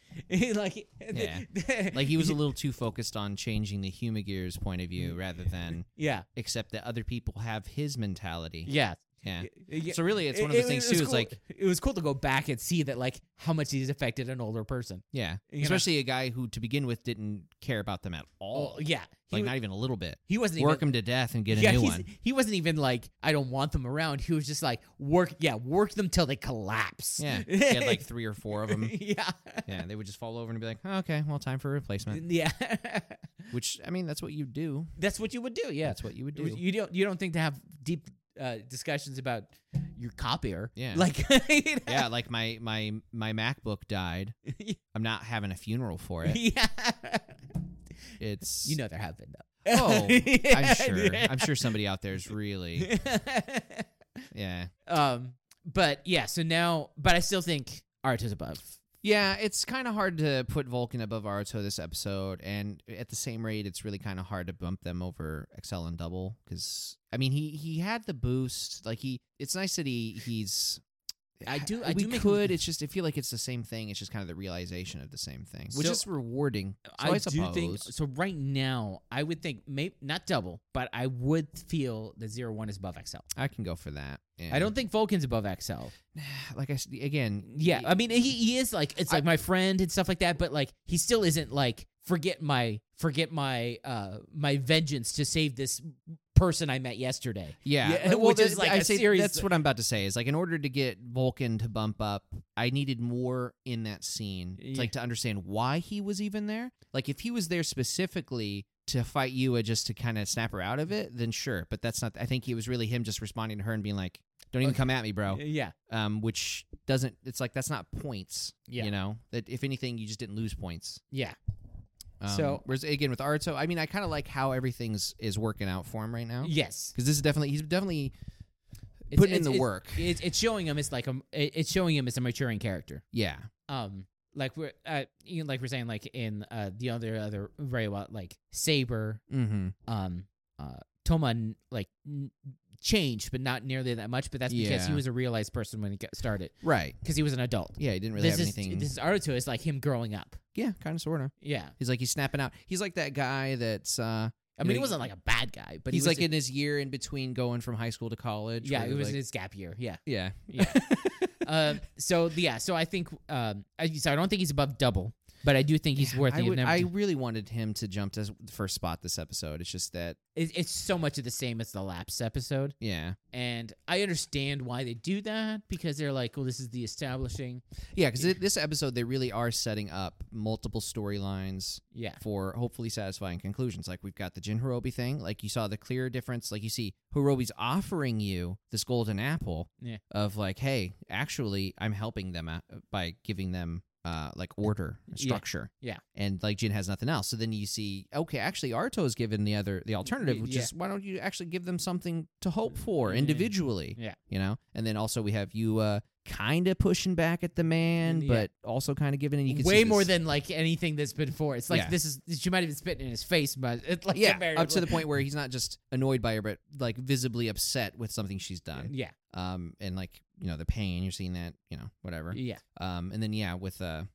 like, Yeah. Like he was a little too focused on changing the Humagear's point of Mm-hmm. view rather than yeah, accept that other people have his mentality. yeah. Yeah. Yeah. So really, it's one of It- those it- things it too. was It's cool- like it was cool to go back and see that like how much he's affected an older person. Yeah, You know? especially a guy who to begin with didn't care about them at all. Oh yeah, he, like wa- not even a little bit. he wasn't Work even. him to death and get a yeah, new he's- one. he wasn't even like I don't want them around. He was just like work, yeah, work them till they collapse. Yeah, he had like three or four of them. yeah, Yeah, they would just fall over and be like, oh, "Okay, well, time for a replacement." yeah. Which I mean, that's what you do. That's what you would do. Yeah, That's what you would It was- do. you don't you don't think to have deep uh, discussions about your copier. Yeah. like you know? Yeah, like my my my MacBook died. I'm not having a funeral for it. yeah. It's You know there have been though. Oh, I'm sure. I'm sure somebody out there is really yeah. um, but yeah, so now, but I still think art is above. Yeah, it's kind of hard to put Vulcan above Aruto this episode, and at the same rate, it's really kind of hard to bump them over Excel and Double because I mean, he he had the boost. Like he, it's nice that he he's. I do- I we do make- could. It's just I feel like it's the same thing. It's just kind of the realization of the same thing, which So- Oh. is rewarding. So I, do suppose. think so. Right now, I would think maybe not double, but I would feel that zero one is above XL. I can go for that. I don't think Vulcan's above XL. think like I s- again. Yeah, I mean he, he is like it's like my friend and stuff like that, but like he still isn't like forget my forget my uh my vengeance to save this person I met yesterday. Yeah, Yeah, uh, like, which th- is like I a say serious That's thing. what I'm about to say. Is like in order to get Vulcan to bump up, I needed more in that scene, to, Yeah. like to understand why he was even there. Like if he was there specifically to fight Yua just to kind of snap her out of it, then sure. But that's not. I think it was really him just responding to her and being like, "Don't even Okay. come at me, bro." Yeah. Um, which doesn't. It's like that's not points. Yeah. You know that if anything, you just didn't lose points. Yeah. Um, So- whereas again with Arto, I mean, I kind of like how everything's is working out for him right now. Yes. Because this is definitely he's definitely It's- Oh. putting it's- in the it's- work. It's, it's showing him as like a it- it's showing him as a maturing character. yeah. um like we're uh, you know, like we're saying like in uh the other other Reiwa like Saber Mm-hmm. um uh Toma n- like n- changed but not nearly that much but that's because he Yeah. was a realized person when he got started Right. because he was an adult. Yeah. He didn't really this have is anything. this is Naruto is like him growing up. yeah. Kind of sort of. Yeah. He's like he's snapping out. He's like that guy that's. uh I You mean, know, he wasn't like a bad guy, but But he's he was like in his year in between going from high school to college. yeah, where it was like- in his gap year. Yeah. yeah. Yeah. um so yeah, so I think um I, so I don't think he's above double. But I do think he's worth I, it. would- Never- I really wanted him to jump to s- the first spot this episode. It's just that, it- it's so much of the same as the Laps episode. yeah, And I understand why they do that because they're like, well, this is the establishing. yeah. Because this episode, they really are setting up multiple storylines Yeah. for hopefully satisfying conclusions. Like we've got the Jin Hirobi thing. Like you saw the clear difference. Like you see Hirobi's offering you this golden apple Yeah. of like, hey, actually, I'm helping them out uh, by giving them uh like order Yeah. structure. Yeah. And like Jin has nothing else. So then you see, okay, actually Arto's given the other the alternative, which yeah. Mm-hmm. is why don't you actually give them something to hope for individually? Yeah. You know? And then also we have you uh kind of pushing back at the man, Yeah. but also kind of giving and you can see Way more this- than like anything that's been for. It's like Yeah. this is she might have been spitting in his face, but it's like yeah, compared up to the point where he's not just annoyed by her, but like visibly upset with something she's done. Yeah, Um, and like you know the pain you're seeing that you know whatever. yeah, Um, and then yeah, with uh,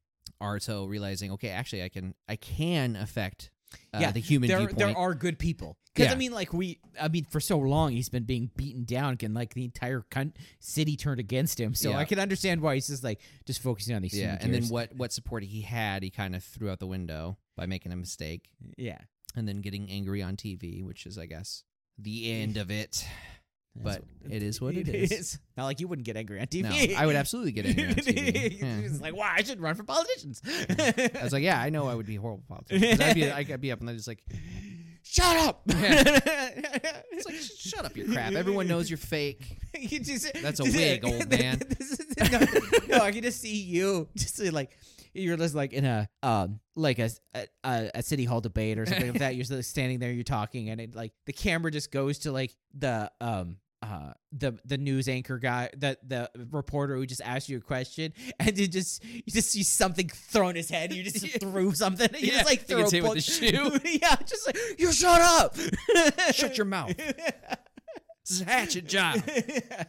Arto realizing okay, actually I can I can affect uh, Yeah, the human there, viewpoint. there are good people. Because Yeah. I mean, like we, I mean, for so long he's been being beaten down, and like the entire con- city turned against him. So Yeah. I can understand why he's just like just focusing on these. yeah, human and then gears. what what support he had, he kind of threw out the window by making a mistake, Yeah, and then getting angry on TV, which is I guess the end of it. That's But it is what it is. Not like you wouldn't get angry on No, TV. I would absolutely get angry on TV. Yeah. it's like, wow, I should run for politicians. I was like, yeah, I know I would be a horrible politician. 'Cause I'd be, I'd be up and I'd just like, Shut up! it's like, "Sh- shut up your crap. Everyone knows you're fake. You just- That's a wig, old man. This is- no, no, I can just see you. Just see, like you're just like in a um like a, a a city hall debate or something like that. You're just standing there, you're talking, and it like the camera just goes to like the um. Uh, the the news anchor guy, the the reporter who just asked you a question, and you just you just see something throw in his head. You just threw something. You Yeah, just like he throw gets a hit with book. the shoe. yeah, just like you shut up. Shut your mouth. This is a hatchet job.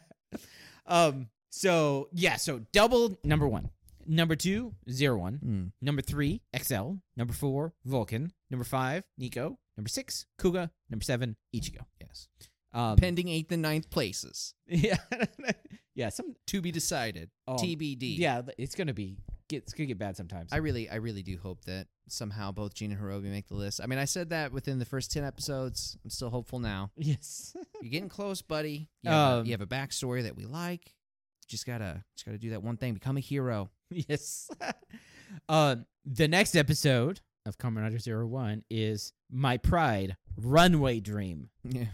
um. So yeah. So double number one, number two zero one, Mm. number three XL, number four Vulcan, number five Nico, number six Kuga, number seven Ichigo. Yes. Um, Pending eighth and ninth places yeah. yeah. Some. to be decided. Oh, TBD. Yeah. It's gonna be. Get, it's gonna get bad sometimes. I really, I really do hope that somehow both Gene and Hirobi make the list. I mean, I said that within the first ten episodes. I'm still hopeful now. yes. You're getting close, buddy. You have, Um, a, you have a backstory that we like. Just gotta, just gotta do that one thing. Become a hero. yes. um. The next episode of Kamen Rider Zero One is My Pride Runway Dream. Yeah.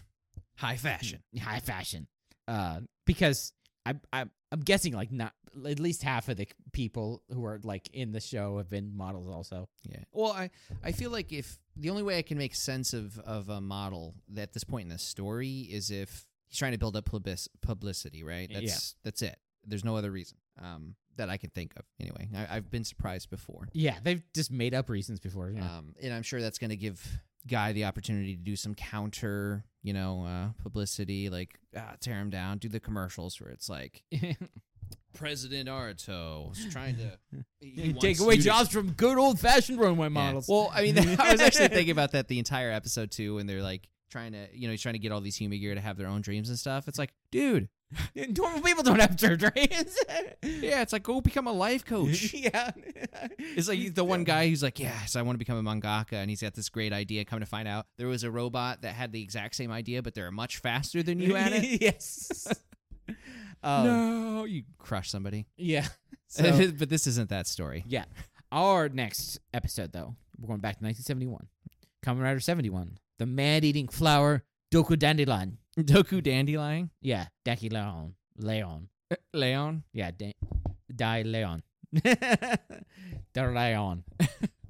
High fashion. high fashion. Uh, because I, I, I'm guessing like not at least half of the people who are like in the show have been models also. Yeah. Well, I I feel like if the only way I can make sense of of a model at this point in the story is if he's trying to build up publis- publicity, right? Yeah. That's that's it. There's no other reason um, that I can think of. Anyway, I, I've been surprised before, Yeah, they've just made up reasons before. Yeah. um, and I'm sure that's going to give Guy the opportunity to do some counter, you know, uh, publicity, like ah, tear him down, do the commercials where it's like President Arto is trying to he wants Take away you to- jobs from good old fashioned runway Yeah. models. Well, I mean, I was actually thinking about that the entire episode too, when they're like trying to, you know, he's trying to get all these human gear to have their own dreams and stuff. It's like, dude, normal people don't have turd dreams. yeah, it's like go become a life coach. yeah, It's like the one guy who's like, yes, I want to become a mangaka, and he's got this great idea. Come to find out, there was a robot that had the exact same idea, but they're much faster than you at it. yes. um, no, you crush somebody. Yeah. So, but this isn't that story. yeah. Our next episode, though, we're going back to 1971. Kamen Rider 71. The man eating flower, Doku Dandelion. Doku dandelion, Yeah, Daki Leon. Leon. Leon. Yeah, da- Dai Leon. Dar Leon.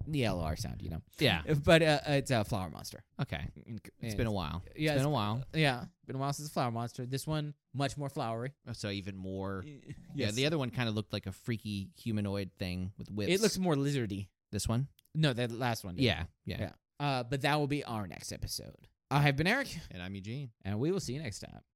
the LR sound, you know. Yeah. But uh, it's a flower monster. Okay. It's And- been a while. It's Yeah, been it's- a while. Yeah, been a while since a flower monster. This one, much more flowery. So even more Er, Yeah, Yes. the other one kind of looked like a freaky humanoid thing with whips. It looks more lizardy. this one. No, that last one. did. Yeah, yeah, Yeah. Uh, but that will be our next episode. I have been Eric, And I'm Eugene. and we will see you next time.